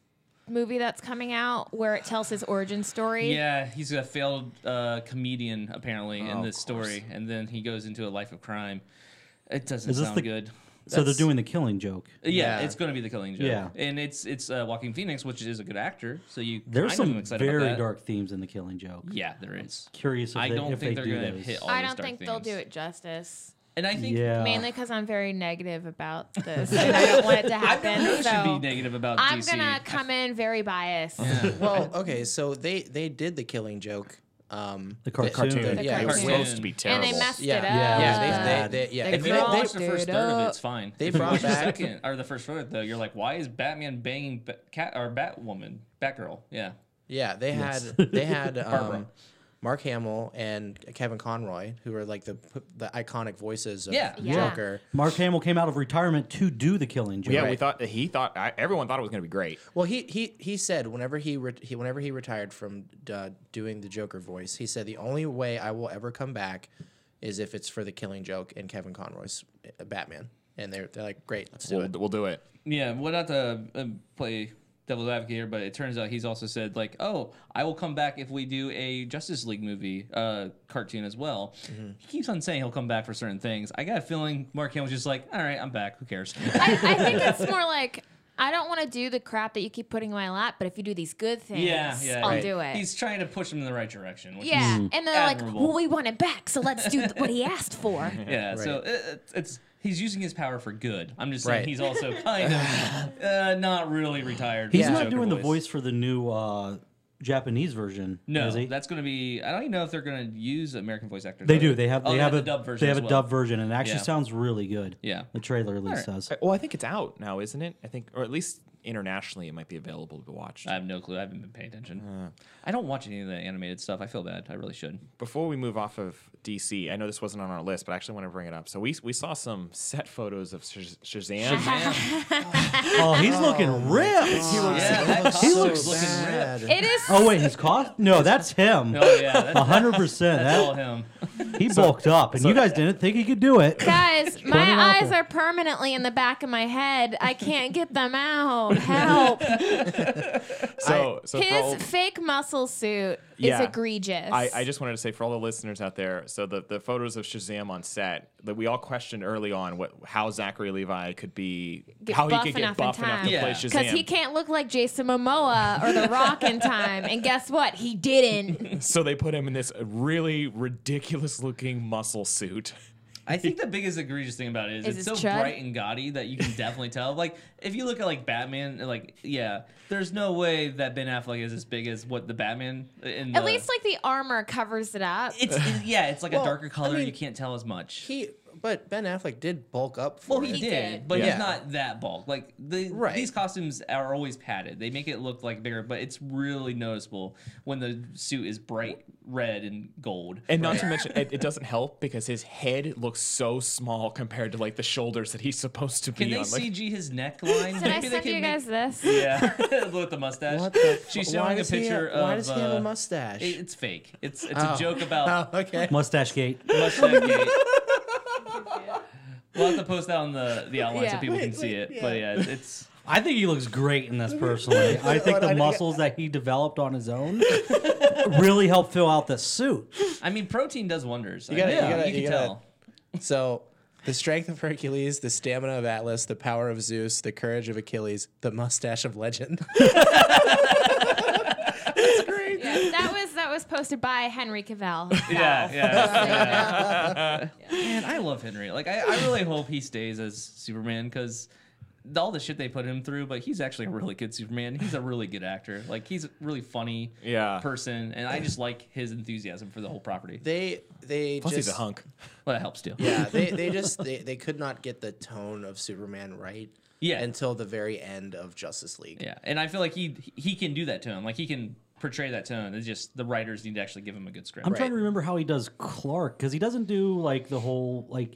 Speaker 2: movie that's coming out where it tells his origin story?
Speaker 1: Yeah, he's a failed uh, comedian apparently in
Speaker 3: of
Speaker 1: this story, and then he goes into a life of crime. It doesn't
Speaker 4: Is this
Speaker 1: sound
Speaker 4: the-
Speaker 1: good.
Speaker 4: So they're
Speaker 5: That's-
Speaker 4: doing the killing joke.
Speaker 1: Yeah,
Speaker 5: Yeah.
Speaker 1: it's going to be the Killing Joke.
Speaker 4: Yeah.
Speaker 1: and it's it's uh, Joaquin Phoenix, which is a good actor. So you
Speaker 4: There's
Speaker 1: kind of am
Speaker 4: some
Speaker 1: excited about
Speaker 4: very
Speaker 1: that.
Speaker 4: dark themes in the killing joke.
Speaker 1: Yeah, there is.
Speaker 4: Curious if
Speaker 1: I
Speaker 4: they,
Speaker 1: don't
Speaker 4: if
Speaker 1: think
Speaker 4: they
Speaker 1: they're
Speaker 4: do
Speaker 1: going to
Speaker 4: those.
Speaker 1: hit all.
Speaker 2: I
Speaker 1: these
Speaker 2: don't
Speaker 1: dark
Speaker 2: think they'll do
Speaker 1: themes.
Speaker 2: it justice.
Speaker 1: And I think
Speaker 4: yeah.
Speaker 2: Mainly because I'm very negative about this, and I don't want it to
Speaker 1: I
Speaker 2: happen.
Speaker 1: really
Speaker 2: so
Speaker 1: should be negative about
Speaker 2: I'm
Speaker 1: DC.
Speaker 2: gonna come in very biased.
Speaker 5: Well, okay, so they they did the Killing Joke. Um,
Speaker 4: The car- cartoon.
Speaker 5: the-
Speaker 4: The
Speaker 5: yeah,
Speaker 3: It
Speaker 5: it
Speaker 3: was
Speaker 5: was
Speaker 1: cartoon.
Speaker 3: supposed to be
Speaker 2: And
Speaker 3: terrible.
Speaker 2: they messed
Speaker 5: Yeah.
Speaker 2: it up. Uh,
Speaker 4: Yeah,
Speaker 5: Yeah, they, they, yeah.
Speaker 2: They
Speaker 5: if
Speaker 1: If
Speaker 5: you-
Speaker 1: you don't
Speaker 2: crawled
Speaker 1: watch the first
Speaker 2: it
Speaker 1: third of it,
Speaker 2: up.
Speaker 1: it's fine.
Speaker 5: They
Speaker 1: If you
Speaker 5: brought
Speaker 1: watch the
Speaker 5: back-
Speaker 1: second or the first third though. You're like, why is Batman banging Ba- cat or Batwoman, Batgirl? Yeah,
Speaker 5: Yeah, they had they had um, Mark Hamill and Kevin Conroy, who are like the the iconic voices of
Speaker 1: Yeah.
Speaker 2: Yeah.
Speaker 5: Joker.
Speaker 4: Mark Hamill came out of retirement to do the killing joke.
Speaker 3: yeah, we
Speaker 5: Right.
Speaker 3: thought he thought I, everyone thought it was gonna be great.
Speaker 5: Well, he he he said whenever he, re- he whenever he retired from uh, doing the Joker voice, he said the only way I will ever come back is if it's for the Killing Joke and Kevin Conroy's uh, Batman. And they're they're like, great, let's do
Speaker 3: We'll,
Speaker 5: it.
Speaker 3: we'll do it.
Speaker 1: Yeah, well, not to uh, play devil's advocate here, but it turns out he's also said like, "Oh, I will come back if we do a Justice League movie uh, cartoon as well."
Speaker 4: Mm-hmm.
Speaker 1: He keeps on saying he'll come back for certain things. I got a feeling Mark Hamill's just like, "All right, I'm back. Who cares?"
Speaker 2: I, I think it's more like I don't want to do the crap that you keep putting in my lap, but if you do these good things,
Speaker 1: yeah, yeah,
Speaker 2: I'll
Speaker 1: right.
Speaker 2: do it.
Speaker 1: He's trying to push him in the right direction. Which
Speaker 2: yeah, and they're
Speaker 1: admirable.
Speaker 2: like, "Well, we want it back, so let's do th- what he asked for."
Speaker 1: is, yeah. So it, it- it's he's using his power for good. I'm just saying
Speaker 5: Right.
Speaker 1: he's also kind of uh, not really retired.
Speaker 4: He's
Speaker 1: from
Speaker 4: not
Speaker 1: Joker
Speaker 4: doing the voice for the new uh, Japanese version.
Speaker 1: No,
Speaker 4: is he?
Speaker 1: that's going to be. I don't even know if they're going to use American voice actors.
Speaker 4: they
Speaker 1: are
Speaker 4: do. They have
Speaker 1: Oh,
Speaker 4: they have a
Speaker 1: the dub version.
Speaker 4: They have
Speaker 1: as
Speaker 4: a
Speaker 1: well.
Speaker 4: dub version, and it actually
Speaker 1: Yeah.
Speaker 4: sounds really good.
Speaker 1: Yeah.
Speaker 4: the trailer at least
Speaker 1: Alright.
Speaker 4: does.
Speaker 3: Uh, Well, I think it's out now, isn't it? I think, or at least internationally, it might be available to be watched.
Speaker 1: I have no clue. I haven't been paying attention. I don't watch any of the animated stuff. I feel bad. I really should.
Speaker 3: Before we move off of DC, I know this wasn't on our list, but I actually want to bring it up. So we we saw some set photos of Shaz- Shazam.
Speaker 4: Oh, he's looking ripped.
Speaker 1: yeah, that costume's looking ripped.
Speaker 2: It is
Speaker 4: Oh wait, his cost? No, that's him.
Speaker 1: Oh yeah, that's,
Speaker 4: hundred percent.
Speaker 1: that's all
Speaker 4: That
Speaker 1: him.
Speaker 4: He bulked up, and you guys didn't think he could do it.
Speaker 2: Guys,
Speaker 4: Turn it off
Speaker 2: my eyes
Speaker 4: and-
Speaker 2: are permanently in the back of my head. I can't get them out. Help.
Speaker 3: So, so for all-
Speaker 2: His fake muscle suit
Speaker 3: Yeah.
Speaker 2: is egregious.
Speaker 3: I, I just wanted to say for all the listeners out there, so the, the photos of Shazam on set that we all questioned early on what how Zachary Levi could be
Speaker 2: Get
Speaker 3: how he
Speaker 2: buff
Speaker 3: could get
Speaker 2: enough in
Speaker 3: buff enough
Speaker 2: time.
Speaker 3: to play
Speaker 1: Yeah.
Speaker 3: Shazam.
Speaker 2: because he can't look like Jason Momoa or The Rock in time. And guess what? He didn't.
Speaker 3: so they put him in this really ridiculous looking muscle suit.
Speaker 1: I think the biggest egregious thing about it is,
Speaker 2: Is
Speaker 1: it's so
Speaker 2: his chud?
Speaker 1: bright and gaudy that you can definitely tell. Like if you look at like Batman, like yeah, there's no way that Ben Affleck is as big as what the Batman in the,
Speaker 2: At least like the armor covers it up.
Speaker 1: it's it- yeah, it's like
Speaker 5: Well,
Speaker 1: a darker
Speaker 5: I
Speaker 1: color.
Speaker 5: mean,
Speaker 1: you can't tell as much.
Speaker 5: He, but Ben Affleck did bulk up for
Speaker 1: well, he,
Speaker 5: it.
Speaker 2: he
Speaker 1: did,
Speaker 2: did.
Speaker 1: but
Speaker 5: Yeah.
Speaker 1: he's not that bulk. Like the
Speaker 5: Right.
Speaker 1: these costumes are always padded. They make it look like bigger, but it's really noticeable when the suit is bright red and gold.
Speaker 3: And not to mention, it, it doesn't help because his head looks so small compared to like the shoulders that he's supposed to
Speaker 1: can
Speaker 3: be
Speaker 1: they
Speaker 3: on. Like,
Speaker 1: CG his neckline?
Speaker 2: Did I
Speaker 1: Maybe they
Speaker 2: send
Speaker 1: can
Speaker 2: you
Speaker 1: make-
Speaker 2: guys this?
Speaker 1: Yeah, with the mustache.
Speaker 5: What the? fu-
Speaker 1: She's
Speaker 5: why
Speaker 1: showing a
Speaker 5: does he
Speaker 1: picture
Speaker 5: have- Why
Speaker 1: of,
Speaker 5: does he have
Speaker 1: uh,
Speaker 5: a mustache?
Speaker 1: It- It's fake. It's it's
Speaker 5: Oh.
Speaker 1: a joke about
Speaker 5: oh, okay.
Speaker 4: Mustache gate.
Speaker 1: mustache gate. We'll have to post that on the the outline so
Speaker 2: Yeah.
Speaker 1: people
Speaker 5: Wait,
Speaker 1: can see
Speaker 5: wait,
Speaker 1: it.
Speaker 5: yeah.
Speaker 1: But yeah, it's
Speaker 4: I think he looks great in this personally. I think the
Speaker 5: I-
Speaker 4: muscles that he developed on his own really help fill out the suit.
Speaker 1: I mean protein does wonders. You,
Speaker 5: gotta- you
Speaker 1: you,
Speaker 5: gotta-
Speaker 1: can
Speaker 5: you gotta-
Speaker 1: tell.
Speaker 5: So, the strength of Hercules, the stamina of Atlas, the power of Zeus, the courage of Achilles, the mustache of legend.
Speaker 2: Yeah, that was that was posted by Henry Cavell.
Speaker 1: Yeah, yeah.
Speaker 2: yeah.
Speaker 1: Man, I love Henry. Like I, I really hope he stays as Superman because all the shit they put him through, but he's actually a really good Superman. He's a really good actor. Like he's a really funny
Speaker 3: Yeah.
Speaker 1: person, and I just like his enthusiasm for the whole property.
Speaker 5: They they
Speaker 3: plus,
Speaker 5: just
Speaker 3: he's a hunk.
Speaker 1: Well, that helps too.
Speaker 5: Yeah, they, they just they, they could not get the tone of Superman right.
Speaker 1: Yeah.
Speaker 5: Until the very end of Justice League.
Speaker 1: Yeah, and I feel like he he can do that to him. Like he can portray that tone. It's just the writers need to actually give him a good script.
Speaker 4: I'm
Speaker 5: Right.
Speaker 4: trying to remember how he does Clark because he doesn't do like the whole like.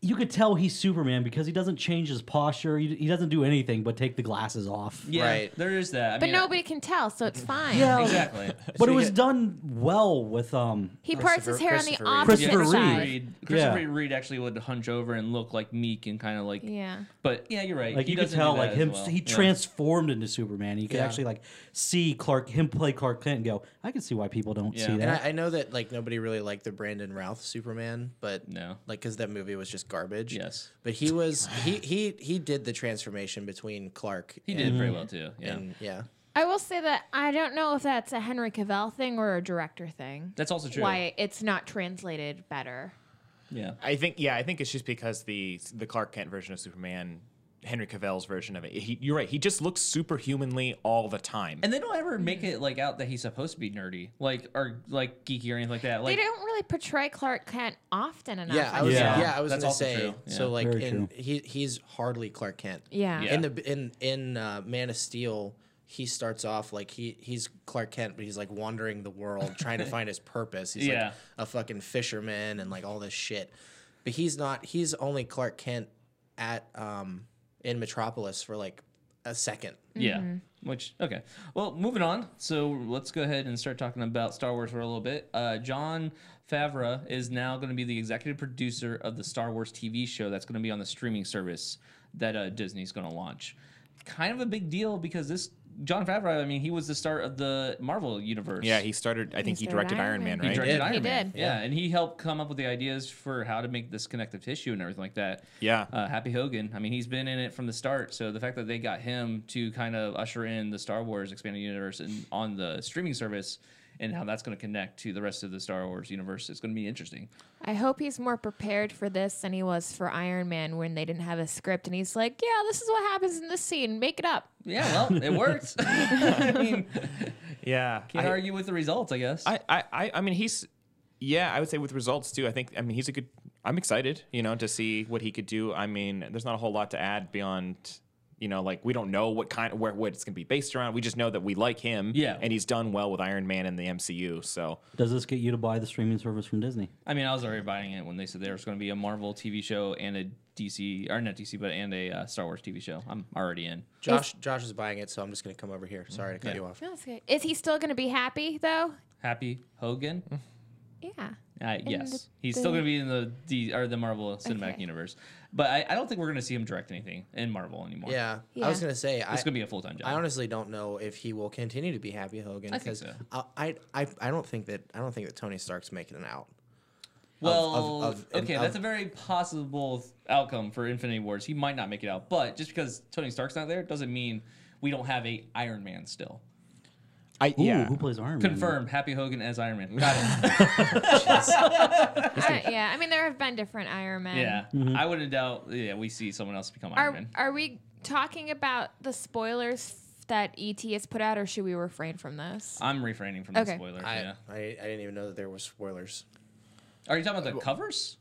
Speaker 4: You could tell he's Superman because he doesn't change his posture. He, he doesn't do anything but take the glasses off.
Speaker 1: Yeah,
Speaker 5: Right.
Speaker 1: there is that. I
Speaker 2: But
Speaker 1: mean,
Speaker 2: nobody can tell, so it's fine.
Speaker 4: Yeah.
Speaker 1: exactly.
Speaker 4: But
Speaker 5: So
Speaker 4: it
Speaker 5: you
Speaker 4: was
Speaker 5: get-
Speaker 4: done well with um.
Speaker 2: He parts his hair on the
Speaker 5: Christopher Reeve.
Speaker 2: opposite
Speaker 4: Christopher Reeve.
Speaker 2: side.
Speaker 1: Reed, Christopher
Speaker 4: Yeah.
Speaker 1: Reed actually would hunch over and look like meek and kind of like.
Speaker 2: Yeah.
Speaker 1: But yeah, you're right.
Speaker 4: Like
Speaker 1: he
Speaker 4: you could
Speaker 1: doesn't do
Speaker 4: tell,
Speaker 1: that
Speaker 4: like
Speaker 1: as
Speaker 4: him,
Speaker 1: well.
Speaker 4: he
Speaker 1: Yeah.
Speaker 4: transformed into Superman. You could
Speaker 5: Yeah.
Speaker 4: actually like see Clark, him play Clark Kent, and go, I can see why people don't
Speaker 1: Yeah.
Speaker 4: see
Speaker 1: And
Speaker 4: that.
Speaker 5: And I, I know that like nobody really liked the Brandon Routh Superman, but
Speaker 1: No.
Speaker 5: like because that movie was just garbage.
Speaker 1: Yes.
Speaker 5: but he was he he he did the transformation between Clark.
Speaker 1: He
Speaker 5: and,
Speaker 1: did very well too. Yeah.
Speaker 5: And yeah,
Speaker 2: I will say that I don't know if that's a Henry Cavell thing or a director thing.
Speaker 1: That's also true.
Speaker 2: Why it's not translated better.
Speaker 1: Yeah.
Speaker 3: I think yeah, I think it's just because the the Clark Kent version of Superman, Henry Cavill's version of it. He, you're right. He just looks superhumanly all the time.
Speaker 1: And they don't ever make it like out that he's supposed to be nerdy, like or like geeky or anything like that.
Speaker 2: They
Speaker 1: Like
Speaker 2: don't really portray Clark Kent often enough.
Speaker 5: yeah, I
Speaker 2: I
Speaker 5: was
Speaker 2: feel.
Speaker 5: yeah,
Speaker 4: Yeah.
Speaker 5: I was
Speaker 1: That's
Speaker 5: gonna
Speaker 1: also
Speaker 5: say
Speaker 1: true. Yeah.
Speaker 5: so like
Speaker 4: Very
Speaker 5: in
Speaker 4: true.
Speaker 5: he he's hardly Clark Kent.
Speaker 2: Yeah.
Speaker 1: Yeah.
Speaker 5: in the in in uh, Man of Steel, he starts off like he he's Clark Kent, but he's like wandering the world trying to find his purpose. He's like
Speaker 1: Yeah.
Speaker 5: a fucking fisherman and like all this shit, but he's not. He's only Clark Kent at um in Metropolis for like a second.
Speaker 1: Yeah.
Speaker 2: Mm-hmm.
Speaker 1: Which okay. Well, moving on. So let's go ahead and start talking about Star Wars for a little bit. Uh, John Favreau is now going to be the executive producer of the Star Wars TV show that's going to be on the streaming service that uh, Disney's going to launch. Kind of a big deal because this John Favreau. I mean, he was the start of the Marvel universe.
Speaker 3: yeah, he started. I think he
Speaker 2: started
Speaker 3: directed Iron
Speaker 2: Iron
Speaker 3: Man,
Speaker 2: Man.
Speaker 1: He
Speaker 3: right?
Speaker 1: directed
Speaker 5: did.
Speaker 1: Iron
Speaker 2: He
Speaker 1: Man.
Speaker 2: did.
Speaker 1: Yeah. and he helped come up with the ideas for how to make this connective tissue and everything like that.
Speaker 3: Yeah.
Speaker 1: Uh, Happy Hogan. I mean, he's been in it from the start. So the fact that they got him to kind of usher in the Star Wars expanded universe and on the streaming service and how that's going to connect to the rest of the Star Wars universe is going to be interesting.
Speaker 2: I hope he's more prepared for this than he was for Iron Man when they didn't have a script and he's like, "Yeah, this is what happens in this scene. Make it up."
Speaker 1: Yeah, well, it worked. I mean,
Speaker 3: Yeah.
Speaker 1: can't
Speaker 3: I-
Speaker 1: argue with the results, I guess.
Speaker 3: I, I, I, I mean, he's, yeah, I would say with results too. I think, I mean, he's a good. I'm excited, you know, to see what he could do. I mean, there's not a whole lot to add beyond, you know, like we don't know what kind, where, what it's going to be based around. We just know that we like him,
Speaker 1: Yeah.
Speaker 3: and he's done well with Iron Man and the MCU. So
Speaker 4: Does this get you to buy the streaming service from Disney?
Speaker 1: I mean, I was already buying it when they said there was going to be a Marvel TV show and a DC, or not DC, but and a uh, Star Wars TV show. I'm already in.
Speaker 5: Josh Josh is buying it, so I'm just gonna come over here. Sorry to cut you off.
Speaker 2: No, that's good. Is he still going to be happy though?
Speaker 1: Happy Hogan.
Speaker 2: Yeah.
Speaker 1: Uh,
Speaker 2: the-
Speaker 1: yes, he's still
Speaker 2: the-
Speaker 1: going to be in the D or the Marvel Cinematic
Speaker 2: Okay.
Speaker 1: Universe, but I, I don't think we're going to see him direct anything in Marvel anymore.
Speaker 5: Yeah. I
Speaker 2: Yeah.
Speaker 5: was gonna say I,
Speaker 1: it's going to be a full time job.
Speaker 5: I honestly don't know if he will continue to be Happy Hogan
Speaker 1: I think
Speaker 5: because
Speaker 1: so.
Speaker 5: I, I, I I don't think that I don't think that Tony Stark's making an out.
Speaker 1: well,
Speaker 5: of- of-
Speaker 1: okay,
Speaker 5: of-
Speaker 1: that's a very possible th- outcome for Infinity Wars. He might not make it out, but just because Tony Stark's not there doesn't mean we don't have a Iron Man still.
Speaker 3: I
Speaker 4: Ooh,
Speaker 3: yeah.
Speaker 4: who plays Iron Man?
Speaker 5: Mm-hmm.
Speaker 1: Confirmed, Happy Hogan as Iron Man. Got it.
Speaker 2: I, yeah, I mean there have been different Iron Men.
Speaker 1: yeah,
Speaker 5: Mm-hmm.
Speaker 1: I wouldn't doubt. Yeah, we see someone else become Iron
Speaker 2: Are
Speaker 1: Man.
Speaker 2: are we talking about the spoilers that ET has put out, or should we refrain from this?
Speaker 1: I'm refraining from the
Speaker 2: Okay.
Speaker 1: spoilers.
Speaker 5: I,
Speaker 1: yeah,
Speaker 5: I I didn't even know that there were spoilers.
Speaker 1: are you talking about the covers?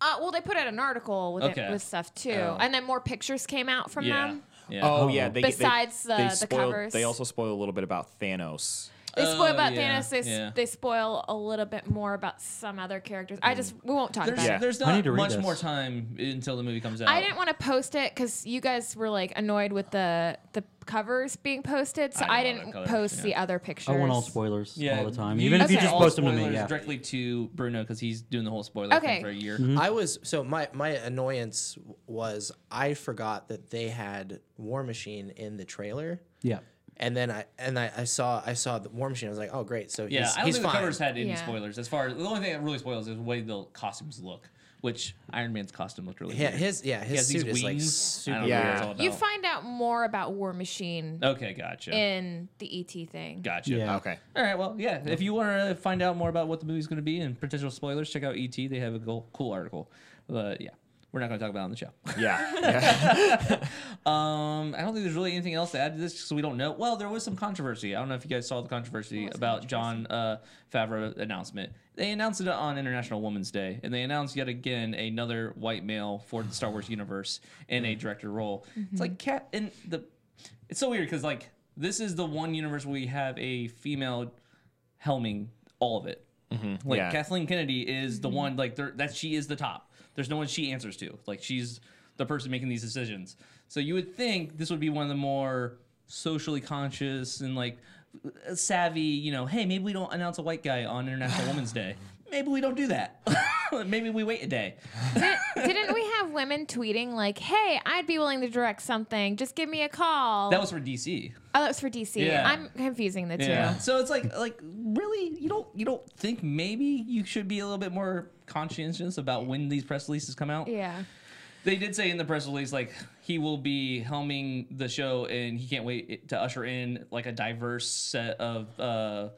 Speaker 2: Uh, well, they put out an article with
Speaker 1: Okay.
Speaker 2: it, with stuff too, and then more pictures came out from
Speaker 1: Yeah,
Speaker 2: them.
Speaker 1: yeah.
Speaker 3: Oh yeah. They, they-
Speaker 2: Besides the-
Speaker 3: they
Speaker 2: the
Speaker 3: spoiled-
Speaker 2: covers.
Speaker 3: they also spoil a little bit about Thanos.
Speaker 2: They
Speaker 1: Oh,
Speaker 2: spoil about
Speaker 1: yeah,
Speaker 2: Thanos. They, s-
Speaker 1: yeah.
Speaker 2: they spoil a little bit more about some other characters. I just we won't talk
Speaker 1: Mm. There's,
Speaker 2: about
Speaker 3: Yeah.
Speaker 2: it.
Speaker 1: there's
Speaker 4: I need
Speaker 1: not
Speaker 4: to read
Speaker 1: much
Speaker 4: this.
Speaker 1: more time until the movie comes out.
Speaker 2: I didn't want to post it because you guys were like annoyed with the the covers being posted, so
Speaker 1: I know
Speaker 2: I,
Speaker 1: the
Speaker 2: didn't
Speaker 1: colours,
Speaker 2: post
Speaker 1: yeah.
Speaker 2: the other pictures.
Speaker 4: I want all spoilers
Speaker 1: yeah,
Speaker 4: all the time, even if you
Speaker 2: Okay.
Speaker 4: just
Speaker 1: all
Speaker 4: post them to me.
Speaker 1: spoilers
Speaker 4: Yeah.
Speaker 1: directly to Bruno because he's doing the whole spoiler
Speaker 2: Okay.
Speaker 1: thing for a year.
Speaker 4: Mm-hmm.
Speaker 3: Hmm.
Speaker 5: I was so my my annoyance was I forgot that they had War Machine in the trailer.
Speaker 4: yeah.
Speaker 5: And then I and I, I saw I saw the War Machine. I was like, oh great, so
Speaker 1: Yeah,
Speaker 5: he's,
Speaker 1: I don't
Speaker 5: he's
Speaker 1: think
Speaker 5: fine.
Speaker 1: the covers had any
Speaker 2: Yeah.
Speaker 1: spoilers. As far as the only thing that really spoils is the way the costumes look, which Iron Man's costume looked really.
Speaker 5: yeah,
Speaker 1: weird.
Speaker 5: his yeah
Speaker 1: He
Speaker 5: his
Speaker 1: has
Speaker 5: suit
Speaker 1: these
Speaker 5: is like
Speaker 1: wings. I
Speaker 5: super.
Speaker 1: don't know what it's
Speaker 3: Yeah.
Speaker 1: all
Speaker 2: You
Speaker 1: about.
Speaker 2: find out more about War Machine
Speaker 1: okay, gotcha,
Speaker 2: in the ET thing.
Speaker 1: gotcha.
Speaker 4: Yeah.
Speaker 3: Okay.
Speaker 1: All right, well, yeah. If you want to find out more about what the movie's going to be and potential spoilers, check out ET. They have a cool, cool article. But yeah, we're not going to talk about it on the show.
Speaker 3: Yeah.
Speaker 1: Um, I don't think there's really anything else to add to this, so we don't know. Well, there was some controversy. I don't know if you guys saw the controversy about John uh, Favreau announcement. They announced it on International Women's Day, and they announced yet again another white male for the Star Wars universe in a director role. It's like cat and the. It's so weird because like this is the one universe where we have a female helming all of it. Like
Speaker 3: Yeah.
Speaker 1: Kathleen Kennedy is the one like there- that she is the top. There's no one she answers to. Like she's the person making these decisions. So you would think this would be one of the more socially conscious and like savvy, you know, hey, maybe we don't announce a white guy on International Women's Day. Maybe we don't do that. maybe we wait a day.
Speaker 2: Did, didn't we have women tweeting like, "Hey, I'd be willing to direct something. Just give me a call."
Speaker 1: That was for DC.
Speaker 2: oh, that was for DC.
Speaker 1: Yeah.
Speaker 2: I'm confusing the two.
Speaker 1: So it's like like really you don't you don't think maybe you should be a little bit more conscientious about when these press releases come out?
Speaker 2: Yeah.
Speaker 1: They did say in the press release, like he will be helming the show, and he can't wait it- to usher in like a diverse set of uh,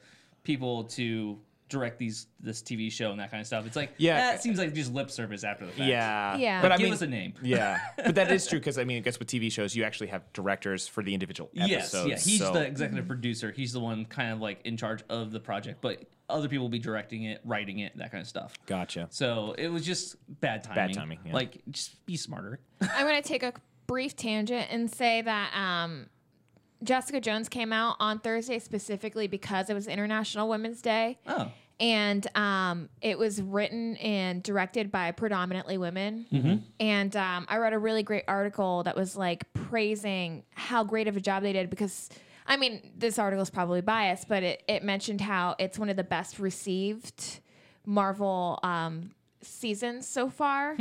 Speaker 1: people to direct these this TV show and that kind of stuff. It's like
Speaker 3: Yeah.
Speaker 1: that seems like just lip service after the fact.
Speaker 3: Yeah.
Speaker 2: Yeah.
Speaker 3: But I
Speaker 1: Give
Speaker 3: mean,
Speaker 1: us a name.
Speaker 3: Yeah. But that is true because I mean, I guess with TV shows, you actually have directors for the individual
Speaker 1: Yes,
Speaker 3: episodes.
Speaker 1: yeah. He's
Speaker 3: so-
Speaker 1: the executive producer. He's the one kind of like in charge of the project, but other people will be directing it, writing it, that kind of stuff.
Speaker 3: Gotcha.
Speaker 1: So it was just bad timing.
Speaker 3: timing, yeah.
Speaker 1: Like just be smarter.
Speaker 2: I'm going to take a brief tangent and say that um, Jessica Jones came out on Thursday specifically because it was International Women's Day.
Speaker 1: Oh.
Speaker 2: And um, it was written and directed by predominantly women. Mm-hmm. And um, I read a really great article that was like praising how great of a job they did because, I mean, this article is probably biased, but it, it mentioned how it's one of the best received Marvel um, seasons so far.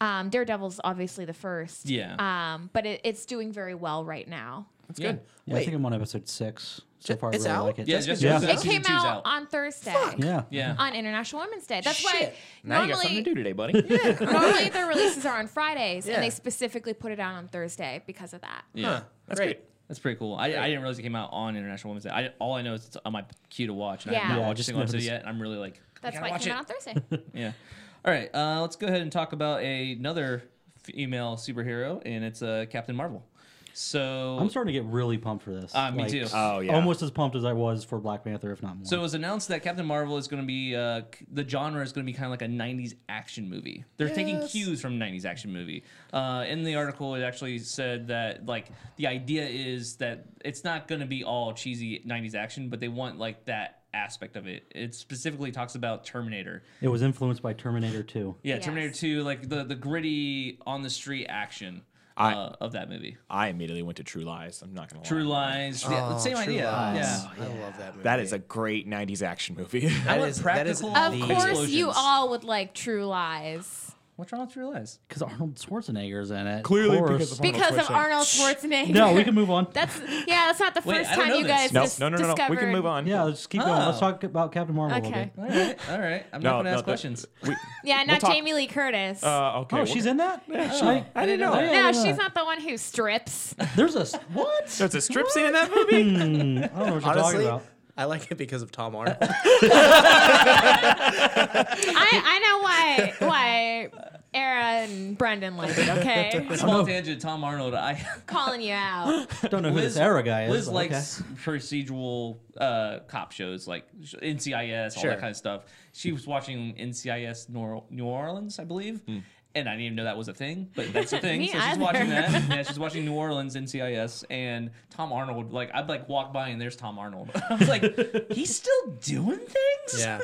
Speaker 2: Um, Daredevil's obviously the first.
Speaker 1: Hmm. Yeah.
Speaker 2: Um, but it, it's doing very well right now.
Speaker 1: That's good.
Speaker 4: Yeah, I think I'm on episode six so
Speaker 5: Ju-
Speaker 4: far. I
Speaker 5: it's
Speaker 4: really
Speaker 5: out?
Speaker 4: like it.
Speaker 1: Yeah,
Speaker 5: Jessica
Speaker 1: just,
Speaker 4: Jones
Speaker 1: just
Speaker 4: is
Speaker 2: It
Speaker 1: season
Speaker 2: came
Speaker 1: two's
Speaker 2: out, on Thursday
Speaker 4: Yeah.
Speaker 1: Yeah.
Speaker 2: on International Women's Day. That's why
Speaker 5: Shit.
Speaker 3: Now you got something to
Speaker 2: normally
Speaker 3: do today, buddy.
Speaker 2: normally their releases are on Fridays,
Speaker 5: Yeah.
Speaker 2: and they specifically put it out on Thursday because of that.
Speaker 1: yeah.
Speaker 5: Huh,
Speaker 3: That's
Speaker 5: great.
Speaker 3: good.
Speaker 1: That's pretty cool. I, I didn't realize it came out on International Women's Day. I, all I know is it's on my queue to watch, and I
Speaker 2: Yeah.
Speaker 1: have not
Speaker 2: Yeah, I
Speaker 1: watched a
Speaker 4: just
Speaker 1: single episode
Speaker 4: noticed.
Speaker 1: yet. And I'm really like, I
Speaker 2: That's
Speaker 1: gotta
Speaker 2: why it
Speaker 1: watch
Speaker 2: came
Speaker 1: it.
Speaker 2: out on Thursday.
Speaker 1: Yeah. All right. Uh, let's go ahead and talk about another female superhero, and it's uh, Captain Marvel. So
Speaker 4: I'm starting to get really pumped for this.
Speaker 1: Uh, me too.
Speaker 3: Oh, yeah.
Speaker 4: Almost as pumped as I was for Black Panther, if not more.
Speaker 1: So it was announced that Captain Marvel is going to be uh, c- the genre is going to be kind of like a '90s action movie. They're taking cues from '90s action movie. Uh, in the article, it actually said that like the idea is that it's not going to be all cheesy '90s action, but they want like that aspect of it. It specifically talks about Terminator.
Speaker 4: it was influenced by Terminator 2.
Speaker 1: Yeah,
Speaker 2: Yes.
Speaker 1: Terminator 2, like the the gritty on the street action.
Speaker 3: I-
Speaker 1: uh, of that movie.
Speaker 3: I immediately went to True Lies. I'm not gonna lie.
Speaker 1: True Lies, yeah,
Speaker 5: Oh,
Speaker 1: same
Speaker 5: True
Speaker 1: idea.
Speaker 5: Lies.
Speaker 1: Yeah.
Speaker 5: I love that movie.
Speaker 3: That is a great '90s action movie.
Speaker 1: I
Speaker 5: That
Speaker 1: want
Speaker 5: is- that is
Speaker 1: practical.
Speaker 2: Of
Speaker 5: The-
Speaker 2: course, you
Speaker 1: explosions.
Speaker 2: all would like True Lies
Speaker 1: What's wrong with True Lies?
Speaker 4: Because Arnold Schwarzenegger's in it.
Speaker 3: Clearly,
Speaker 4: Of course.
Speaker 3: because of Arnold
Speaker 2: because of
Speaker 3: Schwarzenegger.
Speaker 2: Arnold Schwarzenegger.
Speaker 4: No, we can move on.
Speaker 2: That's yeah. That's not the
Speaker 1: Wait,
Speaker 2: first
Speaker 1: I don't
Speaker 2: time
Speaker 1: know
Speaker 2: you
Speaker 1: this.
Speaker 2: guys
Speaker 3: No,
Speaker 2: dis-
Speaker 3: no, no, no, no. We can
Speaker 2: discovered-
Speaker 3: move on.
Speaker 4: Yeah, let's keep going. Let's
Speaker 1: Oh.
Speaker 4: talk about Captain Marvel a little
Speaker 2: Okay.
Speaker 4: bit.
Speaker 1: All right, all right. I'm not
Speaker 3: No,
Speaker 1: gonna
Speaker 3: no,
Speaker 1: ask
Speaker 3: that-
Speaker 1: questions.
Speaker 3: We,
Speaker 2: Yeah, not
Speaker 3: talk-
Speaker 2: Jamie Lee Curtis.
Speaker 3: uh, okay.
Speaker 4: Oh,
Speaker 3: we're-
Speaker 4: she's in that? Yeah, she, I,
Speaker 1: I didn't know that.
Speaker 2: no, she's not the one who strips.
Speaker 4: There's a. s- What? Hmm.
Speaker 3: There's a strip scene in that movie.
Speaker 4: I don't know what you're talking
Speaker 5: honestly.
Speaker 4: about.
Speaker 5: I like it because of Tom Arnold.
Speaker 2: I, I know why why Era and Brendan like it. Okay,
Speaker 1: Small tangent. Tom Arnold. I
Speaker 2: calling you out.
Speaker 4: Don't know who this era guy is.
Speaker 1: Liz
Speaker 4: but okay.
Speaker 1: likes procedural uh, cop shows like sh- NCIS, all
Speaker 5: Sure.
Speaker 1: that kind of stuff. She was watching NCIS Nor- New Orleans, I believe.
Speaker 4: Hmm.
Speaker 1: And I didn't even know that was a thing, but that's a thing.
Speaker 2: Me
Speaker 1: so she's
Speaker 2: either.
Speaker 1: watching that. Yeah, she's watching New Orleans NCIS and Tom Arnold. Like I'd like walk by and there's Tom Arnold. I was like, he's still doing things.
Speaker 5: yeah.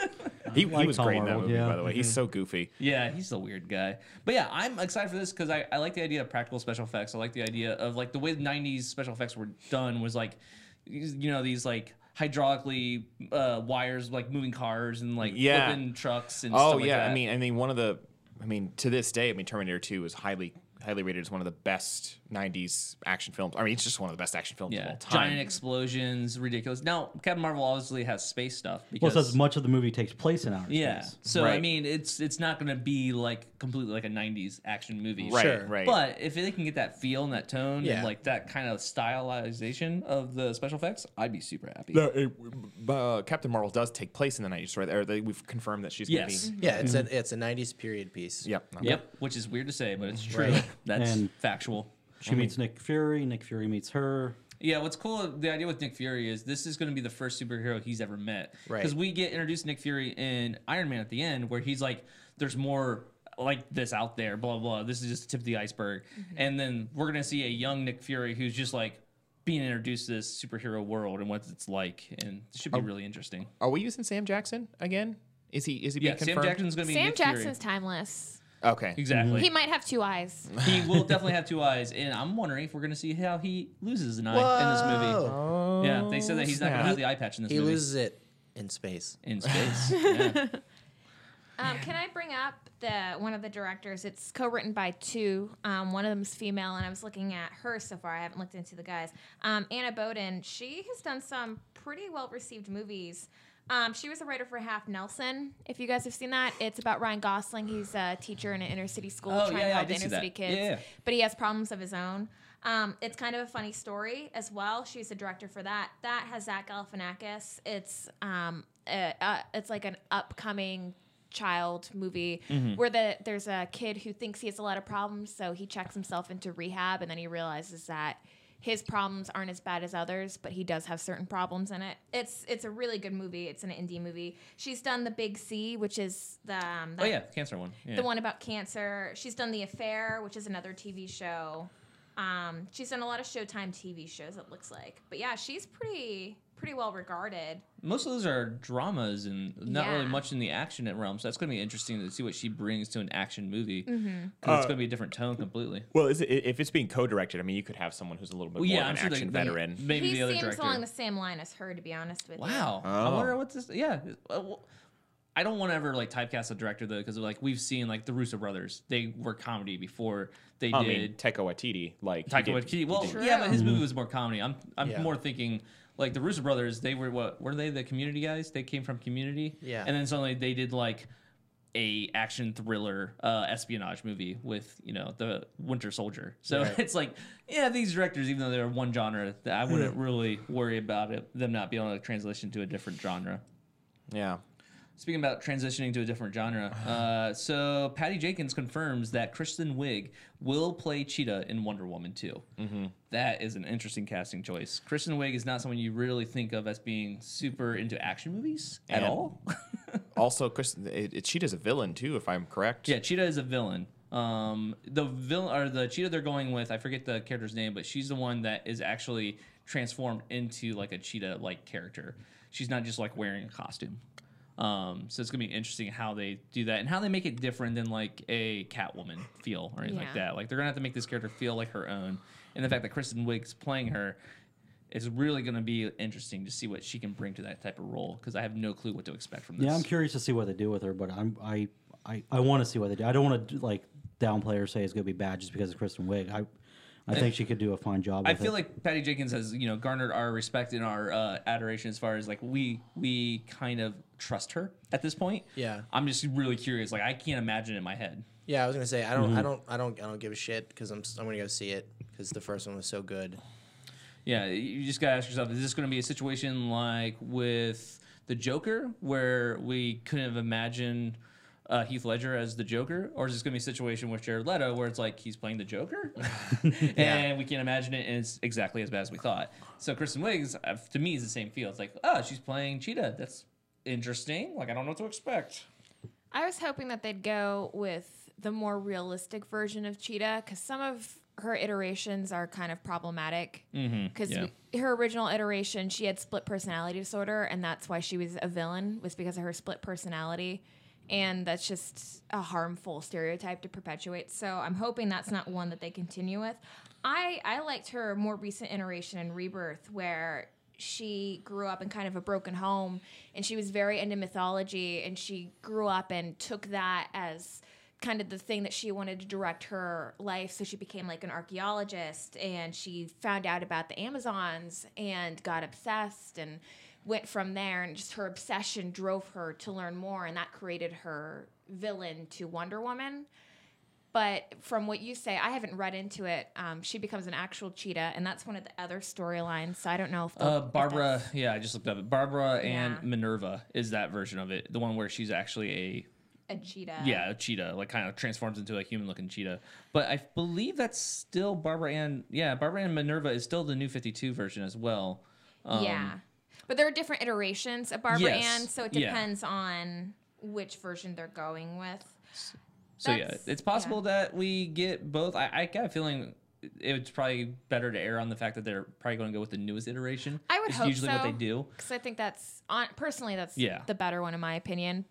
Speaker 3: He, he
Speaker 4: like
Speaker 3: was
Speaker 4: Tom
Speaker 3: great in that
Speaker 4: Arnold,
Speaker 3: movie,
Speaker 4: yeah.
Speaker 3: by the way. He's so goofy.
Speaker 1: Yeah, he's a weird guy. But yeah, I'm excited for this because I, I like the idea of practical special effects. I like the idea of like the way the 90s special effects were done was like, these- you know, these like hydraulically uh, wires like moving cars and like
Speaker 3: Yeah.
Speaker 1: flipping trucks and
Speaker 3: Oh
Speaker 1: stuff like
Speaker 3: yeah,
Speaker 1: that.
Speaker 3: I mean, I mean, one of the, I mean, to this day, I mean, Terminator Two is highly, highly rated as one of the best '90s action films. I mean, it's just one of the best action films of
Speaker 1: yeah,
Speaker 3: all time.
Speaker 1: giant explosions, ridiculous. Now, Captain Marvel obviously has space stuff
Speaker 4: Well,
Speaker 1: because.
Speaker 4: it says much of the movie takes place in outer
Speaker 1: yeah,
Speaker 4: space.
Speaker 1: so I
Speaker 3: Right.
Speaker 1: mean, it's it's not going to be like completely like a '90s action movie,
Speaker 3: right,
Speaker 5: Sure.
Speaker 3: right.
Speaker 1: But if they can get that feel and that tone
Speaker 5: Yeah.
Speaker 1: and like that kind of stylization of the special effects, I'd be super happy.
Speaker 3: No, it- uh, Captain Marvel does take place in the '90s, right? Or they, we've confirmed that she's
Speaker 1: Yes.
Speaker 3: gonna be.
Speaker 5: Yeah, it's a it's a '90s period piece.
Speaker 3: Yep. no.
Speaker 1: Yep, which is weird to say, but it's true.
Speaker 5: Right.
Speaker 1: That's
Speaker 4: And-
Speaker 1: factual.
Speaker 4: She meets Nick Fury. Nick Fury meets her.
Speaker 1: Yeah, what's cool the idea with Nick Fury is this is going to be the first superhero he's ever met.
Speaker 5: Right.
Speaker 1: Because we get introduced to Nick Fury in Iron Man at the end, where he's like, "There's more like this out there." Blah blah. This is just the tip of the iceberg.
Speaker 5: Mm-hmm.
Speaker 1: And then we're going to see a young Nick Fury who's just like being introduced to this superhero world and what it's like, and it should be really interesting.
Speaker 3: Are we using Sam Jackson again? Is he? Is he
Speaker 1: Yeah,
Speaker 3: being confirmed?
Speaker 1: Sam Jackson's going to be
Speaker 2: Sam
Speaker 1: Nick Fury.
Speaker 2: Jackson's timeless.
Speaker 3: Okay.
Speaker 1: Exactly.
Speaker 2: He might have two eyes.
Speaker 1: He will definitely have two eyes, and I'm wondering if we're going to see how he loses an eye in
Speaker 5: Whoa.
Speaker 1: this movie. Yeah, they said that he's not going
Speaker 3: snap.
Speaker 1: to have the eye patch in this
Speaker 5: He
Speaker 1: movie.
Speaker 5: loses it in space.
Speaker 1: in space. Yeah.
Speaker 2: Um, can I bring up the one of the directors? It's co-written by two. Um, one of them's female, and I was looking at her so far. I haven't looked into the guys. Um, Anna Boden. She has done some pretty well-received movies. Um, she was a writer for Half Nelson. If you guys have seen that, it's about Ryan Gosling. He's a teacher in an inner city school
Speaker 1: Oh,
Speaker 2: trying
Speaker 1: yeah,
Speaker 2: to
Speaker 1: yeah, I
Speaker 2: help
Speaker 1: did see
Speaker 2: inner city
Speaker 1: that.
Speaker 2: kids,
Speaker 1: Yeah, yeah.
Speaker 2: but he has problems of his own. Um, it's kind of a funny story as well. She's the director for that. That has Zach Galifianakis. It's um, uh, uh, it's like an upcoming child movie
Speaker 1: Mm-hmm.
Speaker 2: where the there's a kid who thinks he has a lot of problems, so he checks himself into rehab, and then he realizes that his problems aren't as bad as others, but he does have certain problems in it. It's it's a really good movie. It's an indie movie. She's done The Big C, which is the um,
Speaker 1: Oh
Speaker 2: that-
Speaker 1: yeah, cancer one. Yeah.
Speaker 2: the one about cancer. She's done The Affair, which is another TV show. Um, she's done a lot of Showtime TV shows. It looks like, but yeah, she's pretty pretty well regarded.
Speaker 1: Most of those are dramas and not
Speaker 2: Yeah.
Speaker 1: really much in the action realm. So that's going to be interesting to see what she brings to an action movie.
Speaker 2: Mm-hmm.
Speaker 1: Because
Speaker 3: Uh,
Speaker 1: it's going to be a different tone completely.
Speaker 3: Well, is it, if it's being co-directed, I mean, you could have someone who's a little bit
Speaker 1: Well,
Speaker 3: more
Speaker 1: yeah,
Speaker 3: of
Speaker 1: I'm
Speaker 3: an
Speaker 1: sure they-
Speaker 3: action
Speaker 1: they-
Speaker 3: veteran.
Speaker 1: Maybe
Speaker 2: he
Speaker 1: the other
Speaker 2: seems
Speaker 1: director.
Speaker 2: along the same line as her, to be honest with you.
Speaker 1: Wow. I
Speaker 3: Oh.
Speaker 1: wonder what this. Yeah. Uh, wh- I don't want to ever like typecast a director though, because like we've seen like the Russo brothers. They were comedy before they
Speaker 3: I
Speaker 1: did
Speaker 3: mean, Taika Waititi, like he
Speaker 1: Taika
Speaker 3: did-
Speaker 1: Waititi. Well,
Speaker 2: did-
Speaker 1: yeah, but his
Speaker 2: Mhm.
Speaker 1: movie was more comedy. I'm I'm
Speaker 5: Yeah.
Speaker 1: more thinking like the Russo brothers. They were what were they the Community guys? They came from Community.
Speaker 5: Yeah.
Speaker 1: And then suddenly they did like a action thriller uh, espionage movie with you know the Winter Soldier. So
Speaker 5: Right.
Speaker 1: it's like yeah, these directors, even though they're one genre, th- I wouldn't
Speaker 5: Hmm.
Speaker 1: really worry about it them not being able to translation to a different genre.
Speaker 3: Yeah.
Speaker 1: Speaking about transitioning to a different genre, uh, so Patty Jenkins confirms that Kristen Wiig will play Cheetah in Wonder Woman 2. Mm-hmm. is an interesting casting choice. Kristen Wiig is not someone you really think of as being super into action movies at
Speaker 3: And-
Speaker 1: all.
Speaker 3: Also, Chris, it, it, she does a villain too, if I'm correct.
Speaker 1: yeah, Cheetah is a villain. Um, the villain or the Cheetah they're going with, I forget the character's name, but she's the one that is actually transformed into like a cheetah like character. She's not just like wearing a costume. Um, so it's gonna be interesting how they do that and how they make it different than like a Catwoman feel or anything like
Speaker 2: Yeah.
Speaker 1: that. Like they're gonna have to make this character feel like her own, and the fact that Kristen Wiig's playing her is really gonna be interesting to see what she can bring to that type of role because I have no clue what to expect from this.
Speaker 4: Yeah, I'm curious to see what they do with her, but I'm I I, I want to see what they do. I don't want to like downplay or say it's gonna be bad just because of Kristen Wiig. I I think she could do a fine job.
Speaker 1: I
Speaker 4: with
Speaker 1: feel
Speaker 4: it.
Speaker 1: like Patty Jenkins has, you know, garnered our respect and our uh, adoration as far as like we we kind of trust her at this point.
Speaker 5: Yeah.
Speaker 1: I'm just really curious. Like I can't imagine in my head.
Speaker 5: Yeah, I was gonna say I
Speaker 1: Mm-hmm.
Speaker 5: don't, I don't, I don't, I don't give a shit because I'm, I'm gonna go see it because the first one was so good.
Speaker 1: Yeah, you just gotta ask yourself: Is this going to be a situation like with the Joker, where we couldn't have imagined uh, Heath Ledger as the Joker, or is this going to be a situation with Jared Leto, where it's like he's playing the Joker, and we can't imagine it, and it's exactly as bad as we thought? So Kristen Wiig's, uh, to me, is the same feel. It's like, oh, she's playing Cheetah. That's interesting. Like I don't know what to expect.
Speaker 2: I was hoping that they'd go with the more realistic version of Cheetah because some of her iterations are kind of problematic. Because
Speaker 1: yeah.
Speaker 2: her original iteration, she had split personality disorder, and that's why she was a villain was because of her split personality, and that's just a harmful stereotype to perpetuate. So I'm hoping that's not one that they continue with. I I liked her more recent iteration in Rebirth where she grew up in kind of a broken home and she was very into mythology and she grew up and took that as kind of the thing that she wanted to direct her life so she became like an archaeologist and she found out about the amazons and got obsessed and went from there and just her obsession drove her to learn more and that created her villain to wonder woman but from what you say, I haven't read into it. Um, she becomes an actual cheetah, and that's one of the other storylines. So I don't know if they'll-
Speaker 1: Uh,
Speaker 2: if
Speaker 1: Barbara,
Speaker 2: that's-
Speaker 1: yeah, I just looked up it. Barbara
Speaker 2: Yeah.
Speaker 1: and Minerva is that version of it, the one where she's actually a
Speaker 2: a cheetah.
Speaker 1: Yeah, a cheetah, like kind of transforms into a human-looking cheetah. But I believe that's still Barbara Ann. Yeah, Barbara Ann Minerva is still the new Fifty Two version as well.
Speaker 2: yeah. But there are different iterations of Barbara
Speaker 1: um, Yes,
Speaker 2: Ann, so it
Speaker 1: yeah.
Speaker 2: depends on which version they're going with.
Speaker 1: So
Speaker 2: That's-
Speaker 1: yeah, it's possible that we get both. I, I got a feeling it's probably better to err on the fact that they're probably going to go with the newest iteration.
Speaker 2: I would
Speaker 1: it's
Speaker 2: hope
Speaker 1: usually what
Speaker 2: so.
Speaker 1: they do.
Speaker 2: Because I think that's on personally that's
Speaker 1: Yeah.
Speaker 2: the better one in my opinion.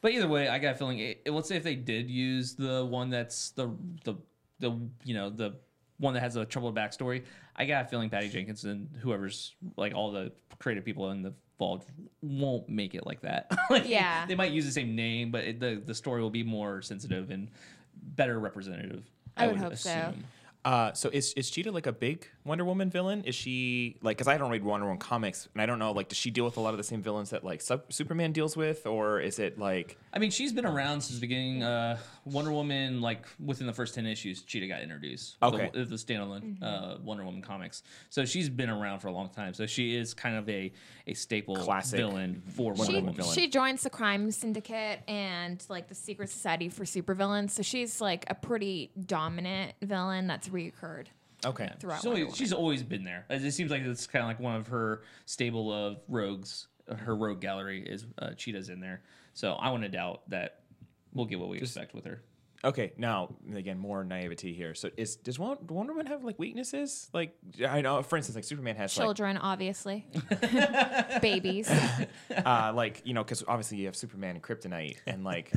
Speaker 1: But either way, I got a feeling. It, let's say if they did use the one that's the the the you know the one that has a troubled backstory, I got a feeling Patty Jenkins and whoever's like all the creative people in the vault won't make it like that. Like,
Speaker 2: Yeah.
Speaker 1: they might use the same name, but it, the the story will be more sensitive and better representative.
Speaker 2: I would hope so.
Speaker 3: Uh, so is is Cheetah like a big Wonder Woman villain? Is she like because I don't read Wonder Woman comics and I don't know like does she deal with a lot of the same villains that like Sup- Superman deals with or is it like
Speaker 1: I mean, she's been around since the beginning. Uh, Wonder Woman, like within the first ten issues, Cheetah got introduced. with
Speaker 3: Okay.
Speaker 1: the, with the standalone
Speaker 2: Mm-hmm.
Speaker 1: uh, Wonder Woman comics. So she's been around for a long time. So she is kind of a a staple
Speaker 3: Classic
Speaker 1: villain for Wonder
Speaker 2: She,
Speaker 1: Woman.
Speaker 3: villain.
Speaker 2: she joins the crime syndicate and like the secret society for supervillains, so she's like a pretty dominant villain that's reoccurred.
Speaker 3: okay
Speaker 2: throughout
Speaker 1: She's
Speaker 2: Wonder
Speaker 1: always,
Speaker 2: Woman.
Speaker 1: she's always been there. It seems like it's kind of like one of her stable of rogues. uh, Her rogue gallery is uh, Cheetah's in there. So I want to doubt that we'll get what we expect with her.
Speaker 3: okay now again more naivety here so is does Won- Wonder Woman have like weaknesses like I know for instance like Superman has like
Speaker 2: Children, obviously. Babies.
Speaker 3: uh, like you know, because obviously you have Superman and Kryptonite, and like,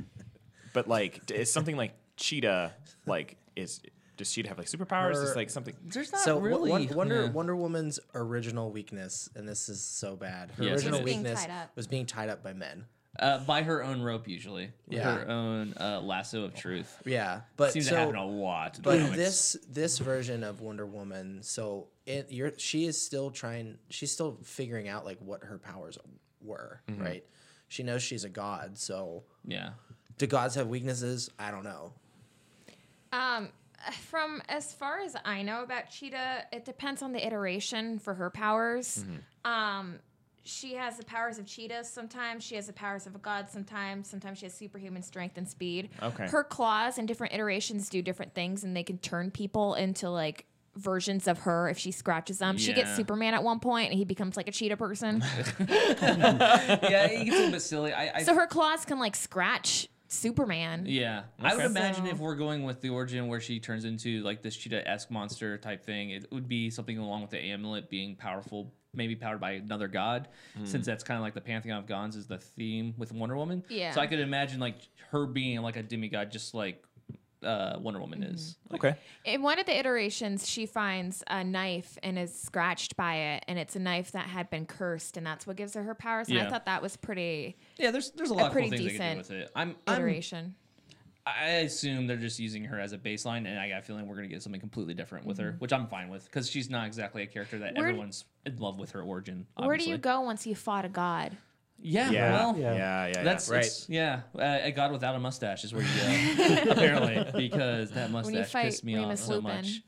Speaker 3: but like, d- is something like Cheetah like is does Cheetah have like superpowers? Is
Speaker 5: Her-
Speaker 3: like something?
Speaker 1: There's not
Speaker 5: so
Speaker 1: really
Speaker 5: Won- Wonder Wonder Woman's original weakness, and this is so bad. Her
Speaker 1: Yes, it
Speaker 5: original
Speaker 1: is.
Speaker 2: Being
Speaker 5: weakness
Speaker 2: tied up.
Speaker 5: was being tied up by men.
Speaker 1: uh, by her own rope usually. With
Speaker 5: Yeah.
Speaker 1: Her own uh, lasso of truth.
Speaker 5: Yeah, but
Speaker 1: seems
Speaker 5: so,
Speaker 1: to happen a lot. in the
Speaker 5: But
Speaker 1: comics.
Speaker 5: this this version of Wonder Woman, so it, you're, she is still trying. She's still figuring out like what her powers were.
Speaker 1: Mm-hmm.
Speaker 5: Right. She knows she's a god. So
Speaker 1: yeah,
Speaker 5: do gods have weaknesses? I don't know.
Speaker 2: Um, from as far as I know about Cheetah, it depends on the iteration for her powers. Um, she has the powers of cheetahs sometimes. She has the powers of a god sometimes. Sometimes she has superhuman strength and speed.
Speaker 3: Okay.
Speaker 2: Her claws and different iterations do different things, and they can turn people into like versions of her if she scratches them. She gets
Speaker 1: Yeah.
Speaker 2: Superman at one point, and he becomes like a cheetah person.
Speaker 1: yeah, it gets a little bit silly. I, I
Speaker 2: so her claws can like scratch Superman.
Speaker 1: Yeah, I would
Speaker 3: Okay.
Speaker 1: imagine
Speaker 2: So-
Speaker 1: if we're going with the origin where she turns into like this cheetah-esque monster type thing, it would be something along with the amulet being powerful, maybe powered by another god, since that's kind of like the pantheon of gods is the theme with Wonder Woman.
Speaker 2: Yeah.
Speaker 1: So I could imagine like her being like a demigod, just like uh, Wonder Woman is.
Speaker 3: Okay.
Speaker 2: In one of the iterations, she finds a knife and is scratched by it, and it's a knife that had been cursed, and that's what gives her her powers. And
Speaker 1: Yeah.
Speaker 2: I thought that was pretty
Speaker 1: Yeah, there's there's a lot of cool
Speaker 2: pretty
Speaker 1: things they could do
Speaker 2: decent
Speaker 1: with it. I'm, I'm
Speaker 2: iteration.
Speaker 1: I assume they're just using her as a baseline, and I got a feeling we're gonna get something completely different with her, which I'm fine with because she's not exactly a character that
Speaker 2: Mm-hmm. Where d-
Speaker 1: everyone's in love with her origin.
Speaker 2: Where do
Speaker 1: obviously.
Speaker 2: you go once you fought a god?
Speaker 1: Yeah,
Speaker 3: Yeah.
Speaker 1: well,
Speaker 3: yeah. Yeah. Yeah.
Speaker 1: that's
Speaker 5: Right.
Speaker 1: it's- Yeah, uh, a god without a mustache is where you go, apparently, because that
Speaker 2: you
Speaker 1: mustache
Speaker 2: fight
Speaker 1: pissed me
Speaker 2: Remus
Speaker 1: off so
Speaker 2: Lupin.
Speaker 1: much.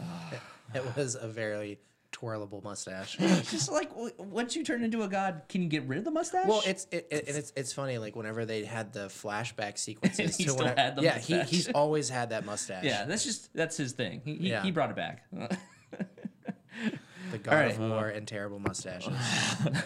Speaker 5: It was a very twirlable mustache.
Speaker 1: Just like w- once you turn into a god, can you get rid of the mustache?
Speaker 5: Well, it's it, it, and it's it's funny. Like whenever they had the flashback sequences,
Speaker 1: he
Speaker 5: to
Speaker 1: still
Speaker 5: whenever-
Speaker 1: had the
Speaker 5: yeah,
Speaker 1: mustache.
Speaker 5: he he's always had that mustache.
Speaker 1: yeah, that's just that's his thing. He, he,
Speaker 5: Yeah.
Speaker 1: he brought it back.
Speaker 5: the god of
Speaker 1: Alright.
Speaker 5: war and terrible mustaches.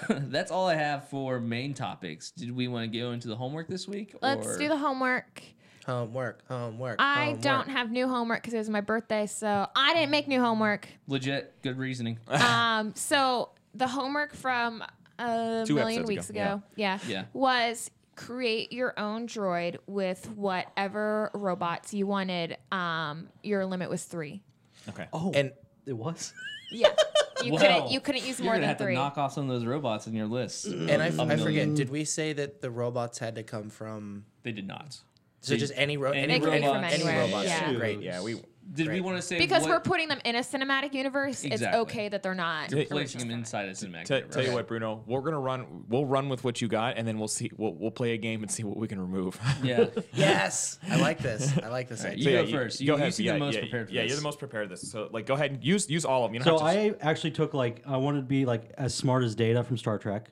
Speaker 1: that's all I have for main topics. Did we want to go into the homework this week?
Speaker 2: Let's
Speaker 1: or-
Speaker 2: do the homework.
Speaker 5: homework, homework.
Speaker 2: I
Speaker 5: homework.
Speaker 2: don't have new homework because it was my birthday, so I didn't make new homework.
Speaker 1: legit good reasoning.
Speaker 2: um, so the homework from a
Speaker 3: Two
Speaker 2: million
Speaker 3: episodes
Speaker 2: weeks
Speaker 3: ago,
Speaker 2: ago, Yeah.
Speaker 1: Yeah.
Speaker 2: was create your own droid with whatever robots you wanted. Um, your limit was three.
Speaker 3: Okay.
Speaker 4: Oh,
Speaker 5: And
Speaker 4: it was.
Speaker 2: Yeah, you couldn't
Speaker 1: Wow.
Speaker 2: you couldn't use
Speaker 1: You're
Speaker 2: more
Speaker 1: gonna
Speaker 2: than
Speaker 1: have
Speaker 2: three.
Speaker 1: to knock off some of those robots in your list.
Speaker 5: and I, f- I
Speaker 1: million.
Speaker 5: forget. Did we say that the robots had to come from?
Speaker 1: They did not.
Speaker 5: So just any ro-
Speaker 1: Any
Speaker 5: any,
Speaker 2: They could be
Speaker 5: robot,
Speaker 2: from
Speaker 5: any
Speaker 2: anywhere,
Speaker 5: robots.
Speaker 2: yeah.
Speaker 5: Great.
Speaker 3: Yeah. We.
Speaker 1: Did we
Speaker 5: Right.
Speaker 1: want to say
Speaker 2: because
Speaker 1: what-
Speaker 2: we're putting them in a cinematic universe, it's
Speaker 1: Exactly.
Speaker 2: okay that they're not.
Speaker 1: you're
Speaker 3: Hey,
Speaker 1: placing them inside a cinematic?
Speaker 3: Tell,
Speaker 1: universe.
Speaker 3: tell you what, Bruno. We're gonna run. We'll run with what you got, and then we'll see. We'll, we'll play a game and see what we can remove.
Speaker 1: Yeah.
Speaker 5: Yes, I like this. I like this.
Speaker 1: you
Speaker 5: idea.
Speaker 1: go
Speaker 3: So,
Speaker 1: first. You- you seem the most prepared for
Speaker 3: yeah,
Speaker 1: this.
Speaker 3: you're the most prepared. For this. So like, go ahead and use use all of them. You
Speaker 4: So
Speaker 3: don't have to,
Speaker 4: I actually took like I wanted to be like as smart as Data from Star Trek.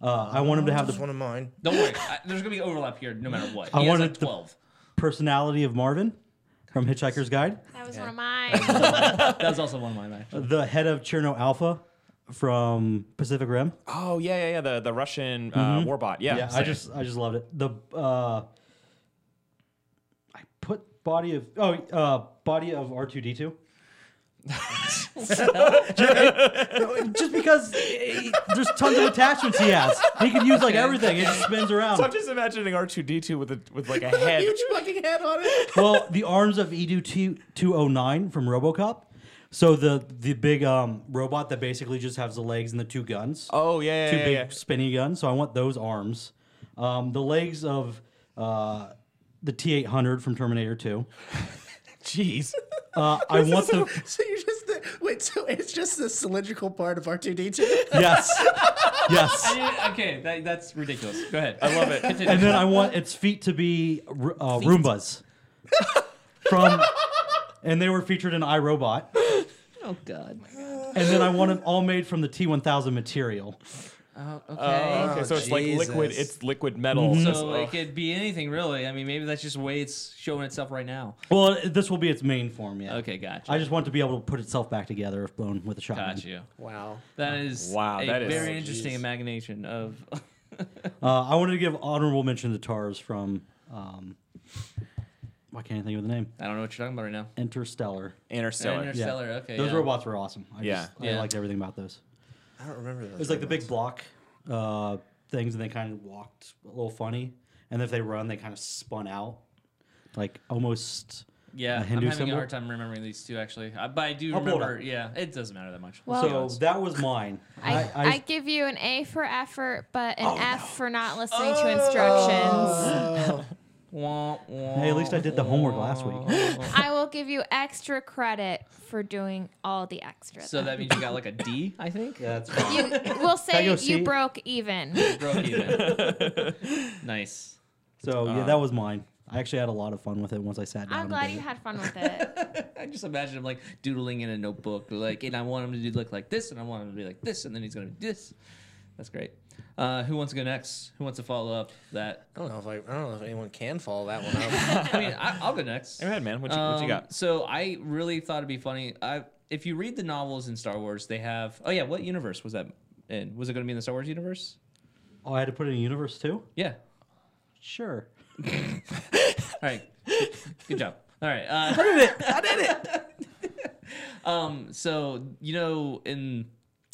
Speaker 1: Oh,
Speaker 4: Uh, I want him to have
Speaker 5: Just
Speaker 4: the
Speaker 5: one of mine.
Speaker 1: Don't worry. I, there's gonna be overlap here, no matter what.
Speaker 4: I
Speaker 1: He has
Speaker 4: wanted
Speaker 1: like
Speaker 4: the-
Speaker 1: twelve.
Speaker 4: personality of Marvin from Hitchhiker's Guide,
Speaker 2: That was one of mine.
Speaker 1: That was also one of mine. Actually.
Speaker 4: the head of Cherno Alpha from Pacific Rim.
Speaker 3: Oh yeah, yeah, yeah. The the Russian
Speaker 1: Mm-hmm.
Speaker 3: uh, warbot. Yeah.
Speaker 4: Yeah, I
Speaker 3: same.
Speaker 4: just I just loved it. The uh, I put body of oh uh, body of R two D two. just because eh, there's tons of attachments he has, he can use like everything. It just spins around.
Speaker 3: So I'm just imagining R2D2 with a with like a head.
Speaker 5: Huge fucking head on it.
Speaker 4: well, the arms of Edu two two oh nine from RoboCop. So the the big um, robot that basically just has the legs and the two guns.
Speaker 3: Oh yeah,
Speaker 4: two
Speaker 3: yeah, yeah,
Speaker 4: big
Speaker 3: yeah.
Speaker 4: spinny guns. So I want those arms. Um, the legs of uh, the T eight hundred from Terminator Two.
Speaker 3: Jeez.
Speaker 4: Uh, I want the
Speaker 5: So you're just the wait. So it's just the cylindrical part of R two D two.
Speaker 4: yes, yes.
Speaker 1: Yeah, okay, that, that's ridiculous. Go ahead.
Speaker 3: I love it.
Speaker 4: And then I want its feet to be Ru- uh, Roombas from, and they were featured in iRobot.
Speaker 1: oh God.
Speaker 4: And then I want them all made from the T one thousand material.
Speaker 1: Oh, okay.
Speaker 3: Oh, okay,
Speaker 5: Oh,
Speaker 3: so it's like liquid.
Speaker 5: Jesus.
Speaker 3: It's liquid metal.
Speaker 1: Mm-hmm. so
Speaker 3: So,
Speaker 1: it could be anything, really. I mean, maybe that's just the way it's showing itself right now.
Speaker 4: Well, this will be its main form. Yeah.
Speaker 1: Okay, gotcha.
Speaker 4: I just want to be able to put itself back together if blown with a shotgun.
Speaker 1: Got you.
Speaker 5: Wow.
Speaker 1: That is
Speaker 3: Wow,
Speaker 1: A
Speaker 3: that is-
Speaker 1: very
Speaker 3: Oh,
Speaker 1: interesting
Speaker 5: geez.
Speaker 1: imagination of.
Speaker 4: Uh, I wanted to give honorable mention to Tars from. Um, why can't I think of the name?
Speaker 1: I don't know what you're talking about right now.
Speaker 4: Interstellar.
Speaker 3: Interstellar.
Speaker 1: Interstellar.
Speaker 4: Yeah.
Speaker 1: Okay.
Speaker 4: Those
Speaker 1: yeah.
Speaker 4: robots were awesome. I
Speaker 3: Yeah.
Speaker 4: just, I
Speaker 1: Yeah.
Speaker 4: liked everything about those.
Speaker 5: I don't remember those.
Speaker 4: It was like the big block uh, things, and they kind of walked a little funny. And if they run, they kind of spun out, like almost.
Speaker 1: Yeah,
Speaker 4: a
Speaker 1: I'm
Speaker 4: Hindu
Speaker 1: having a
Speaker 4: symbol?
Speaker 1: hard time remembering these two actually, I, but I do
Speaker 4: I'll pull it
Speaker 1: remember.
Speaker 4: up.
Speaker 1: Yeah, it doesn't matter that much.
Speaker 2: Well-
Speaker 4: so that was mine.
Speaker 2: I, I, give you an A for effort, but an F for not listening to instructions.
Speaker 1: Wah, wah,
Speaker 4: hey, at least I did the homework last week.
Speaker 2: I will give you extra credit for doing all the extras.
Speaker 1: So that means you got like a D, I think.
Speaker 4: Yeah, that's fine.
Speaker 2: you, we'll say
Speaker 4: Can I go
Speaker 2: you
Speaker 4: see?
Speaker 2: broke even.
Speaker 1: Broke even. nice.
Speaker 4: So yeah, that was mine. I actually had a lot of fun with it once I sat down.
Speaker 2: I'm
Speaker 4: and
Speaker 2: glad
Speaker 4: did
Speaker 2: you
Speaker 4: it.
Speaker 2: had fun with it.
Speaker 1: I just imagine him like doodling in a notebook, like, and I want him to do look like this, and I want him to be like this, and then he's gonna be this. That's great. Uh, who wants to go next? Who wants to follow up that?
Speaker 5: I don't know if I, I don't know if anyone can follow that one up.
Speaker 1: I mean, I, I'll go next.
Speaker 3: Go ahead, man. What you, what you
Speaker 1: Um,
Speaker 3: got?
Speaker 1: So I really thought it'd be funny. I, if you read the novels in Star Wars, they have. Oh yeah, what universe was that in? Was it going to be in the Star Wars universe?
Speaker 4: Oh, I had to put it in universe too.
Speaker 1: Yeah.
Speaker 4: Sure.
Speaker 1: All right. Good job. All right. Uh,
Speaker 5: I did it.
Speaker 1: Um, so you know, in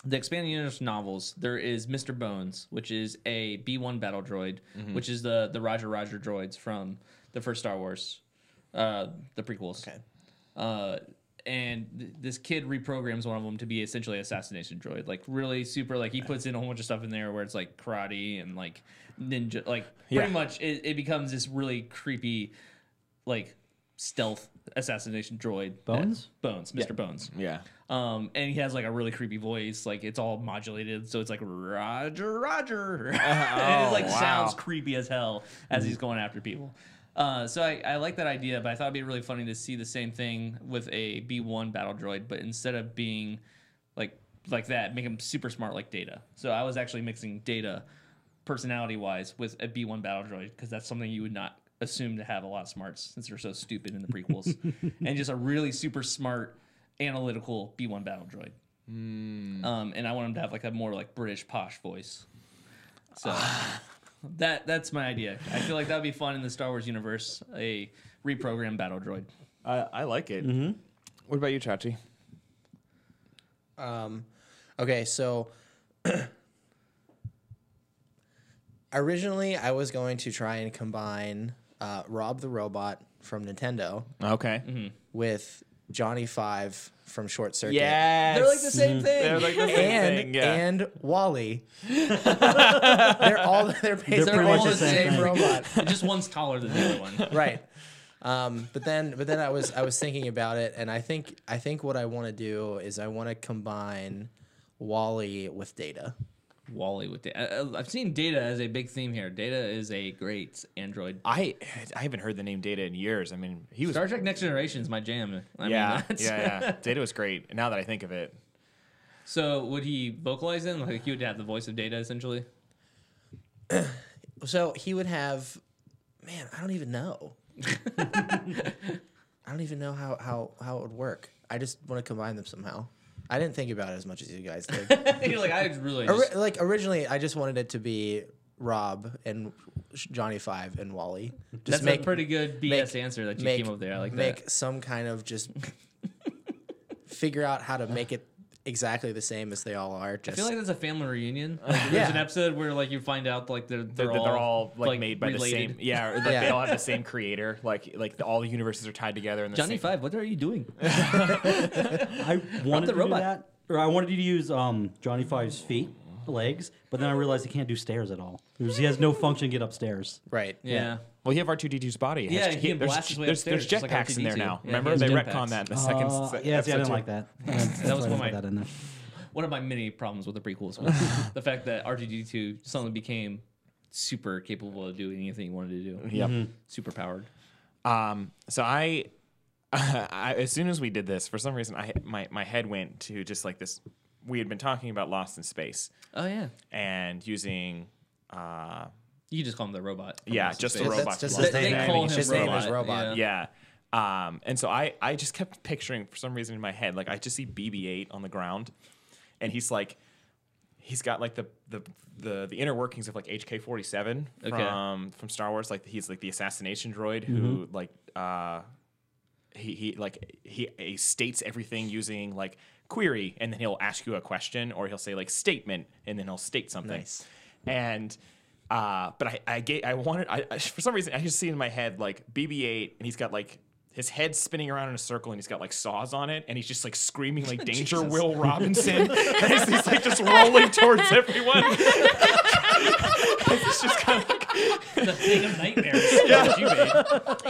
Speaker 1: the expanding universe novels, there is Mr. Bones, which is a B one battle droid, which is the the Roger Roger droids from the first Star Wars, uh, the prequels.
Speaker 5: Okay.
Speaker 1: Uh, and th- this kid reprograms one of them to be essentially an assassination droid, like really super. Like he puts in a whole bunch of stuff in there where it's like karate and like ninja, like
Speaker 3: Yeah.
Speaker 1: pretty much it, it becomes this really creepy, like stealth assassination droid.
Speaker 4: Bones?
Speaker 1: Bones, Mr. Bones.
Speaker 3: Yeah.
Speaker 1: Um, and he has like a really creepy voice, like it's all modulated, so it's like Roger, Roger. and it like
Speaker 3: Oh, wow.
Speaker 1: sounds creepy as hell as he's going after people. Uh, so I, I like that idea, but I thought it'd be really funny to see the same thing with a B one battle droid, but instead of being like like that, make him super smart like Data. So I was actually mixing Data personality wise with a B one battle droid because that's something you would not assume to have a lot of smarts since they're so stupid in the prequels, and just a really super smart analytical B one battle droid. Um, and I want him to have like a more like British posh voice. So that that's my idea. I feel like that'd be fun in the Star Wars universe, a reprogrammed battle droid.
Speaker 3: I, I like it. Mm-hmm. What about you, Chachi?
Speaker 5: Um, okay, so originally I was going to try and combine uh, Rob the Robot from Nintendo
Speaker 3: Okay.
Speaker 5: with Johnny Five from Short Circuit.
Speaker 3: Yes. Mm-hmm.
Speaker 5: They're like the same thing.
Speaker 3: They're like the same
Speaker 5: and
Speaker 3: thing. Yeah.
Speaker 5: and Wally. they're all they're, basically
Speaker 4: pretty
Speaker 5: all
Speaker 4: much
Speaker 5: the
Speaker 4: the same
Speaker 5: same,
Speaker 4: thing.
Speaker 5: robot.
Speaker 1: Just one's taller than the other one.
Speaker 5: right. Um, but then, but then I was I was thinking about it, and I think I think what I want to do is I want to combine Wally with Data.
Speaker 1: Wally with Data. I've seen Data as a big theme here. Data is a great android.
Speaker 3: I I haven't heard the name Data in years. I mean, he was
Speaker 1: Star Trek Next Generation is my jam. I mean,
Speaker 3: yeah,
Speaker 1: that's-
Speaker 3: yeah, yeah. Data was great. Now that I think of it,
Speaker 1: So would he vocalize in? Like he would have the voice of Data essentially.
Speaker 5: So he would have, man, I don't even know. I don't even know how how how it would work. I just want to combine them somehow. I didn't think about it as much as you guys did.
Speaker 1: You're like I really.
Speaker 5: Ori-
Speaker 1: Just,
Speaker 5: like originally, I just wanted it to be Rob and Johnny Five and Wally. Just
Speaker 1: that's
Speaker 5: make
Speaker 1: a pretty good BS answer that you
Speaker 5: make-
Speaker 1: came up there. I like
Speaker 5: make
Speaker 1: that.
Speaker 5: some kind of just figure out how to make it exactly the same as they all are.
Speaker 1: I
Speaker 5: Just
Speaker 1: feel like that's a family reunion. Like, there's
Speaker 5: Yeah.
Speaker 1: an episode where like you find out like they're
Speaker 3: they're,
Speaker 1: they're,
Speaker 3: they're,
Speaker 1: all,
Speaker 3: all like, made by the same.
Speaker 1: related.
Speaker 3: Yeah, or like they
Speaker 5: Yeah.
Speaker 3: all have the same creator. Like like the, all the universes are tied together. In the
Speaker 1: Johnny
Speaker 3: same,
Speaker 1: Five, what are you doing?
Speaker 4: I wanted
Speaker 1: the
Speaker 4: to
Speaker 1: robot.
Speaker 4: do that, or I wanted you to use um, Johnny Five's feet, legs, but then I realized he can't do stairs at all. There's- he has no function to get upstairs.
Speaker 5: right.
Speaker 1: Yeah.
Speaker 3: Well, you have R two D 2s body. It has-
Speaker 1: Yeah, he can
Speaker 3: there's,
Speaker 1: blast his way
Speaker 3: there's, there's
Speaker 1: upstairs, just
Speaker 3: jetpacks
Speaker 1: like
Speaker 3: in there
Speaker 1: R2D2.
Speaker 3: now.
Speaker 1: Yeah,
Speaker 3: Remember
Speaker 1: he has
Speaker 3: they
Speaker 1: jetpacks.
Speaker 3: retcon that in the second.
Speaker 4: Uh,
Speaker 3: se-
Speaker 4: yeah, see, I
Speaker 3: episode
Speaker 4: didn't
Speaker 3: two.
Speaker 4: like that. That's
Speaker 1: That was
Speaker 4: why
Speaker 1: one
Speaker 4: I put
Speaker 1: of my-
Speaker 4: that in there.
Speaker 1: One of my many problems with the prequels was the fact that R2D2 suddenly became super capable of doing anything he wanted to do.
Speaker 3: Yep.
Speaker 1: Super powered.
Speaker 3: Um, so I, I, as soon as we did this, for some reason, I my my head went to just like this. We had been talking about Lost in Space
Speaker 1: Oh yeah.
Speaker 3: and using, uh,
Speaker 1: You can just call him the robot. from
Speaker 3: yeah,
Speaker 1: Lost in
Speaker 3: just the
Speaker 1: Space.
Speaker 5: That's
Speaker 3: robot.
Speaker 5: just
Speaker 3: from
Speaker 5: his
Speaker 3: Lost in
Speaker 5: name.
Speaker 1: They
Speaker 3: Space.
Speaker 1: call him
Speaker 5: His name
Speaker 1: robot.
Speaker 5: is Robot.
Speaker 1: Yeah.
Speaker 3: Yeah. Um, and so I, I just kept picturing for some reason in my head, like I just see BB-8 on the ground, and he's like, he's got like the the the, the inner workings of like HK-47
Speaker 1: Okay.
Speaker 3: from from Star Wars. Like he's like the assassination droid who like uh, he he like he, he states everything using like query, and then he'll ask you a question, or he'll say like statement, and then he'll state something.
Speaker 5: Nice.
Speaker 3: And uh, but I I, ga- I wanted I, I for some reason I just see in my head like BB-8, and he's got like. His head spinning around in a circle, and he's got like saws on it, and he's just like screaming like "Danger, Will Robinson!" and he's, he's like just rolling towards everyone. it's just kind of like,
Speaker 1: the thing of nightmares. yeah. You made.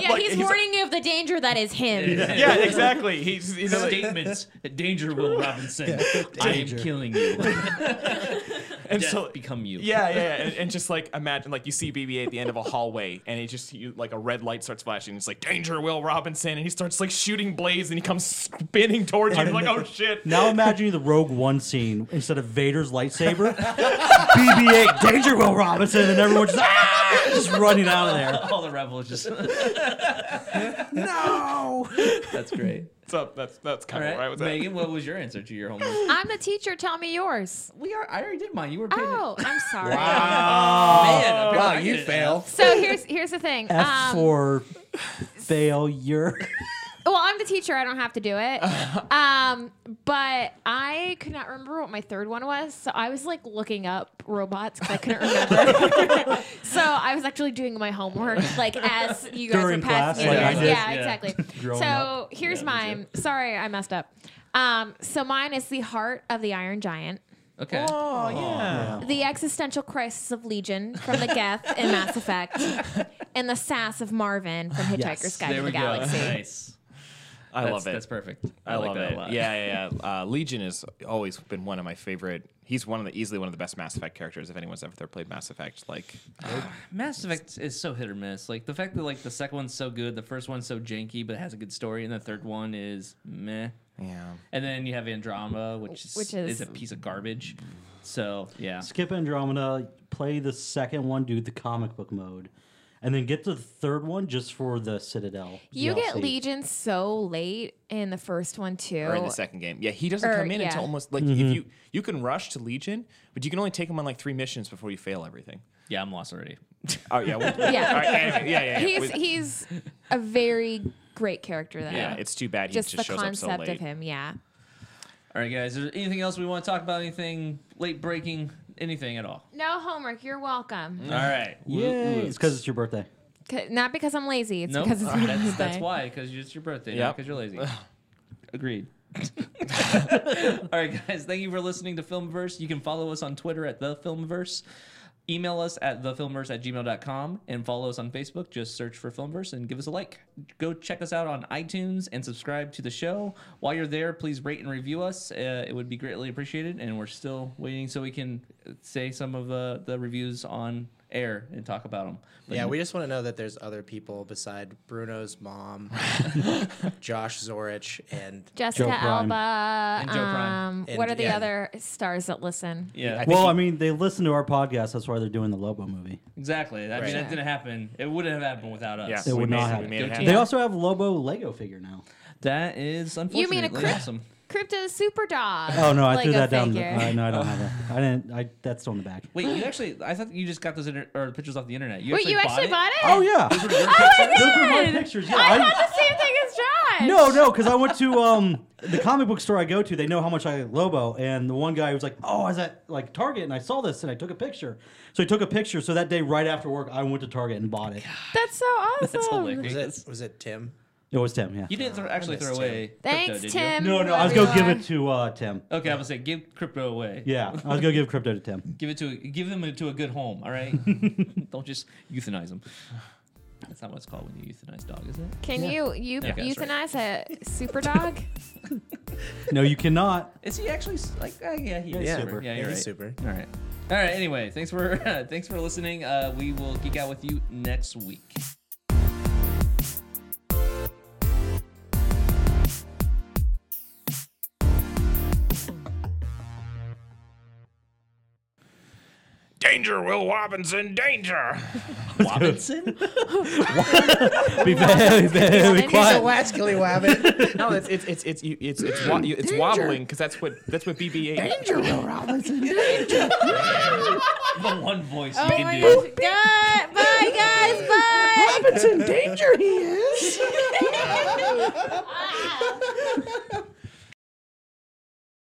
Speaker 2: Yeah, he's,
Speaker 3: he's-
Speaker 2: warning you of the danger that is him.
Speaker 3: yeah, exactly. He's, he's like-
Speaker 1: Statements. Danger, Will Robinson. I am killing you.
Speaker 3: and
Speaker 1: Death
Speaker 3: so
Speaker 1: become you.
Speaker 3: Yeah, yeah, yeah. And, and just like imagine, like you see BB at the end of a hallway, and it just you, like a red light starts flashing. It's like danger, Will Robinson, and he starts like shooting blades, and he comes spinning towards you. and you're like, oh shit!
Speaker 4: Now imagine the Rogue One scene instead of Vader's lightsaber, BB-8, Danger Will Robinson, and everyone's just, "Ah!" just running out of there.
Speaker 1: All the rebels just.
Speaker 4: No,
Speaker 1: That's great.
Speaker 3: So that's that's
Speaker 1: All
Speaker 3: kind of where I
Speaker 1: right,
Speaker 3: was at.
Speaker 1: Megan, what was your answer to your homework?
Speaker 2: I'm the teacher. Tell me yours.
Speaker 1: we are. I already did mine. You were paid.
Speaker 2: Oh, I'm sorry.
Speaker 3: Ah,
Speaker 1: Man,
Speaker 5: wow,
Speaker 1: apparently Oh, I
Speaker 5: you
Speaker 1: didn't
Speaker 5: fail.
Speaker 2: So here's here's the thing.
Speaker 4: F
Speaker 2: Um,
Speaker 4: for failure.
Speaker 2: Well, I'm the teacher. I don't have to do it. um, but I could not remember what my third one was, so I was like looking up robots because I couldn't remember. so I was actually doing my homework, like as you guys
Speaker 4: During
Speaker 2: were passing.
Speaker 4: class,
Speaker 2: it.
Speaker 1: like I
Speaker 2: yeah,
Speaker 1: did.
Speaker 2: yeah,
Speaker 1: Yeah.
Speaker 2: exactly.
Speaker 4: Growing
Speaker 2: so
Speaker 4: up.
Speaker 2: here's
Speaker 1: Yeah, me
Speaker 2: mine. Sorry, I messed up. Um, so mine is the heart of the Iron Giant.
Speaker 1: Okay.
Speaker 3: Oh yeah.
Speaker 2: The existential crisis of Legion from the Geth in Mass Effect, and the sass of Marvin from Hitchhiker's
Speaker 4: Yes.
Speaker 2: Guide
Speaker 1: there
Speaker 2: to
Speaker 1: we
Speaker 2: the
Speaker 1: go.
Speaker 2: Galaxy.
Speaker 1: Nice.
Speaker 3: I
Speaker 1: That's-
Speaker 3: love it.
Speaker 1: That's perfect.
Speaker 3: I,
Speaker 1: like
Speaker 3: love
Speaker 1: that
Speaker 3: it.
Speaker 1: a lot.
Speaker 3: Yeah, yeah, yeah. Uh, Legion has always been one of my favorite. He's one of the easily one of the best Mass Effect characters if anyone's ever played Mass Effect. Like,
Speaker 1: Mass Effect is so hit or miss. Like the fact that like the second one's so good, the first one's so janky but it has a good story, and the third one is meh.
Speaker 3: yeah,
Speaker 1: And then you have Andromeda, which is,
Speaker 2: Which
Speaker 1: is
Speaker 2: is-
Speaker 1: a piece of garbage. So yeah,
Speaker 4: Skip Andromeda, play the second one, do the comic book mode, and then get to the third one just for the Citadel.
Speaker 2: You get
Speaker 4: DLC.
Speaker 2: Legion so late in the first one too.
Speaker 3: or in the second game. Yeah, he doesn't
Speaker 2: Or-
Speaker 3: come in
Speaker 2: yeah.
Speaker 3: until almost like
Speaker 1: Mm-hmm.
Speaker 3: if you you can rush to Legion, but you can only take him on like three missions before you fail everything.
Speaker 1: yeah, I'm lost already.
Speaker 3: Oh yeah, well,
Speaker 2: Yeah.
Speaker 3: all right, anyway, yeah, yeah, yeah.
Speaker 2: He's
Speaker 3: We-
Speaker 2: he's a very great character though.
Speaker 3: yeah, it's too bad he just,
Speaker 2: just, the
Speaker 3: shows up so
Speaker 2: concept
Speaker 3: late.
Speaker 2: of him. Yeah.
Speaker 1: All right, guys. Is there anything else we want to talk about? Anything late breaking? Anything at all?
Speaker 2: No homework. You're welcome.
Speaker 1: All right.
Speaker 4: Yay! It's because it's your birthday.
Speaker 2: C- Not because I'm lazy. It's
Speaker 1: no,
Speaker 2: because it's my
Speaker 1: that's, that's
Speaker 2: birthday.
Speaker 1: why. Because it's your birthday. Yeah.
Speaker 3: Yep.
Speaker 1: Because you're lazy. Agreed. All right, guys. Thank you for listening to Filmverse. You can follow us on Twitter at the Filmverse. Email us at thefilmverse at gmail.com and follow us on Facebook. Just search for Filmverse and give us a like. Go check us out on iTunes and subscribe to the show. While you're there, please rate and review us. Uh, it would be greatly appreciated. And we're still waiting so we can uh, say some of uh, the reviews on air and talk about them.
Speaker 5: Yeah, we just want to know that there's other people beside Bruno's mom, Josh Zorich, and
Speaker 4: Joe
Speaker 2: Jessica
Speaker 4: Prime.
Speaker 2: Alba.
Speaker 1: And Joe Prime.
Speaker 2: Um,
Speaker 5: And-
Speaker 2: what are the
Speaker 5: yeah.
Speaker 2: other stars that listen?
Speaker 1: Yeah.
Speaker 3: think
Speaker 4: well,
Speaker 3: he-
Speaker 4: I mean, they listen to our podcast. That's why they're doing the Lobo movie.
Speaker 1: Exactly. I mean, that
Speaker 2: Sure.
Speaker 1: didn't happen. It wouldn't have happened without
Speaker 3: Yeah,
Speaker 1: us.
Speaker 4: It
Speaker 3: we
Speaker 4: would
Speaker 3: made
Speaker 4: not
Speaker 3: it-
Speaker 4: happen.
Speaker 3: We made it
Speaker 1: Go
Speaker 3: happen.
Speaker 1: team.
Speaker 4: They also have Lobo Lego figure now.
Speaker 1: That is unfortunately
Speaker 2: crypt-
Speaker 1: awesome.
Speaker 2: Crypto Super Dog.
Speaker 4: Oh no, I threw
Speaker 2: Lego
Speaker 4: that down. The,
Speaker 2: figure.
Speaker 4: uh, no, I don't have that. I didn't. I that's on the back.
Speaker 1: Wait, you actually? I thought you just got those inter- or pictures off the internet. You
Speaker 2: Wait, you actually bought it?
Speaker 4: Oh yeah.
Speaker 1: it?
Speaker 4: Those were my
Speaker 2: God!
Speaker 4: pictures. Yeah,
Speaker 2: I
Speaker 4: I-
Speaker 2: thought the same thing as Josh.
Speaker 4: No, no, because I went to um the comic book store I go to. They know how much I like Lobo, and the one guy was like, "Oh, I was at like Target, and I saw this, and I took a picture." So he took a picture. So that day, right after work, I went to Target and bought it.
Speaker 2: That's so awesome.
Speaker 1: That's hilarious.
Speaker 5: was it was it Tim?
Speaker 4: It was Tim. Yeah.
Speaker 1: You didn't throw, actually
Speaker 5: missed
Speaker 1: throw
Speaker 5: Tim.
Speaker 1: away. crypto,
Speaker 2: Thanks,
Speaker 1: did you?
Speaker 2: Tim.
Speaker 4: no, no, I was gonna
Speaker 2: Whoever you
Speaker 4: give
Speaker 2: are.
Speaker 4: it to uh, Tim.
Speaker 1: Okay, I was say give crypto away.
Speaker 4: Yeah, I was gonna give crypto to Tim.
Speaker 1: Give it to give them to a good home. All right. Don't just euthanize them. That's not what it's called when you euthanize dog, is it?
Speaker 2: Can you you
Speaker 1: Yeah. Okay,
Speaker 2: euthanize a super dog?
Speaker 4: No, you cannot.
Speaker 1: Is he actually s- like? Uh, yeah, he is
Speaker 5: Yeah,
Speaker 1: super.
Speaker 5: super.
Speaker 1: Yeah, you're
Speaker 5: He's
Speaker 1: right.
Speaker 5: super.
Speaker 1: All right. All right. Anyway, thanks for thanks for listening. Uh, we will geek out with you next week.
Speaker 3: Danger, Will Robinson, danger.
Speaker 1: Robinson.
Speaker 4: Be very, very
Speaker 5: So
Speaker 4: quiet.
Speaker 5: Waskily Wabbit.
Speaker 3: no, it's it's it's it's you- it's it's, wa- you- it's wobbling because that's what that's what BB-8.
Speaker 5: Danger, Will Robinson.
Speaker 1: the one voice you
Speaker 2: Oh
Speaker 1: can
Speaker 2: my
Speaker 1: do.
Speaker 2: gosh. God, bye guys, bye.
Speaker 5: Robinson, danger he is.
Speaker 2: I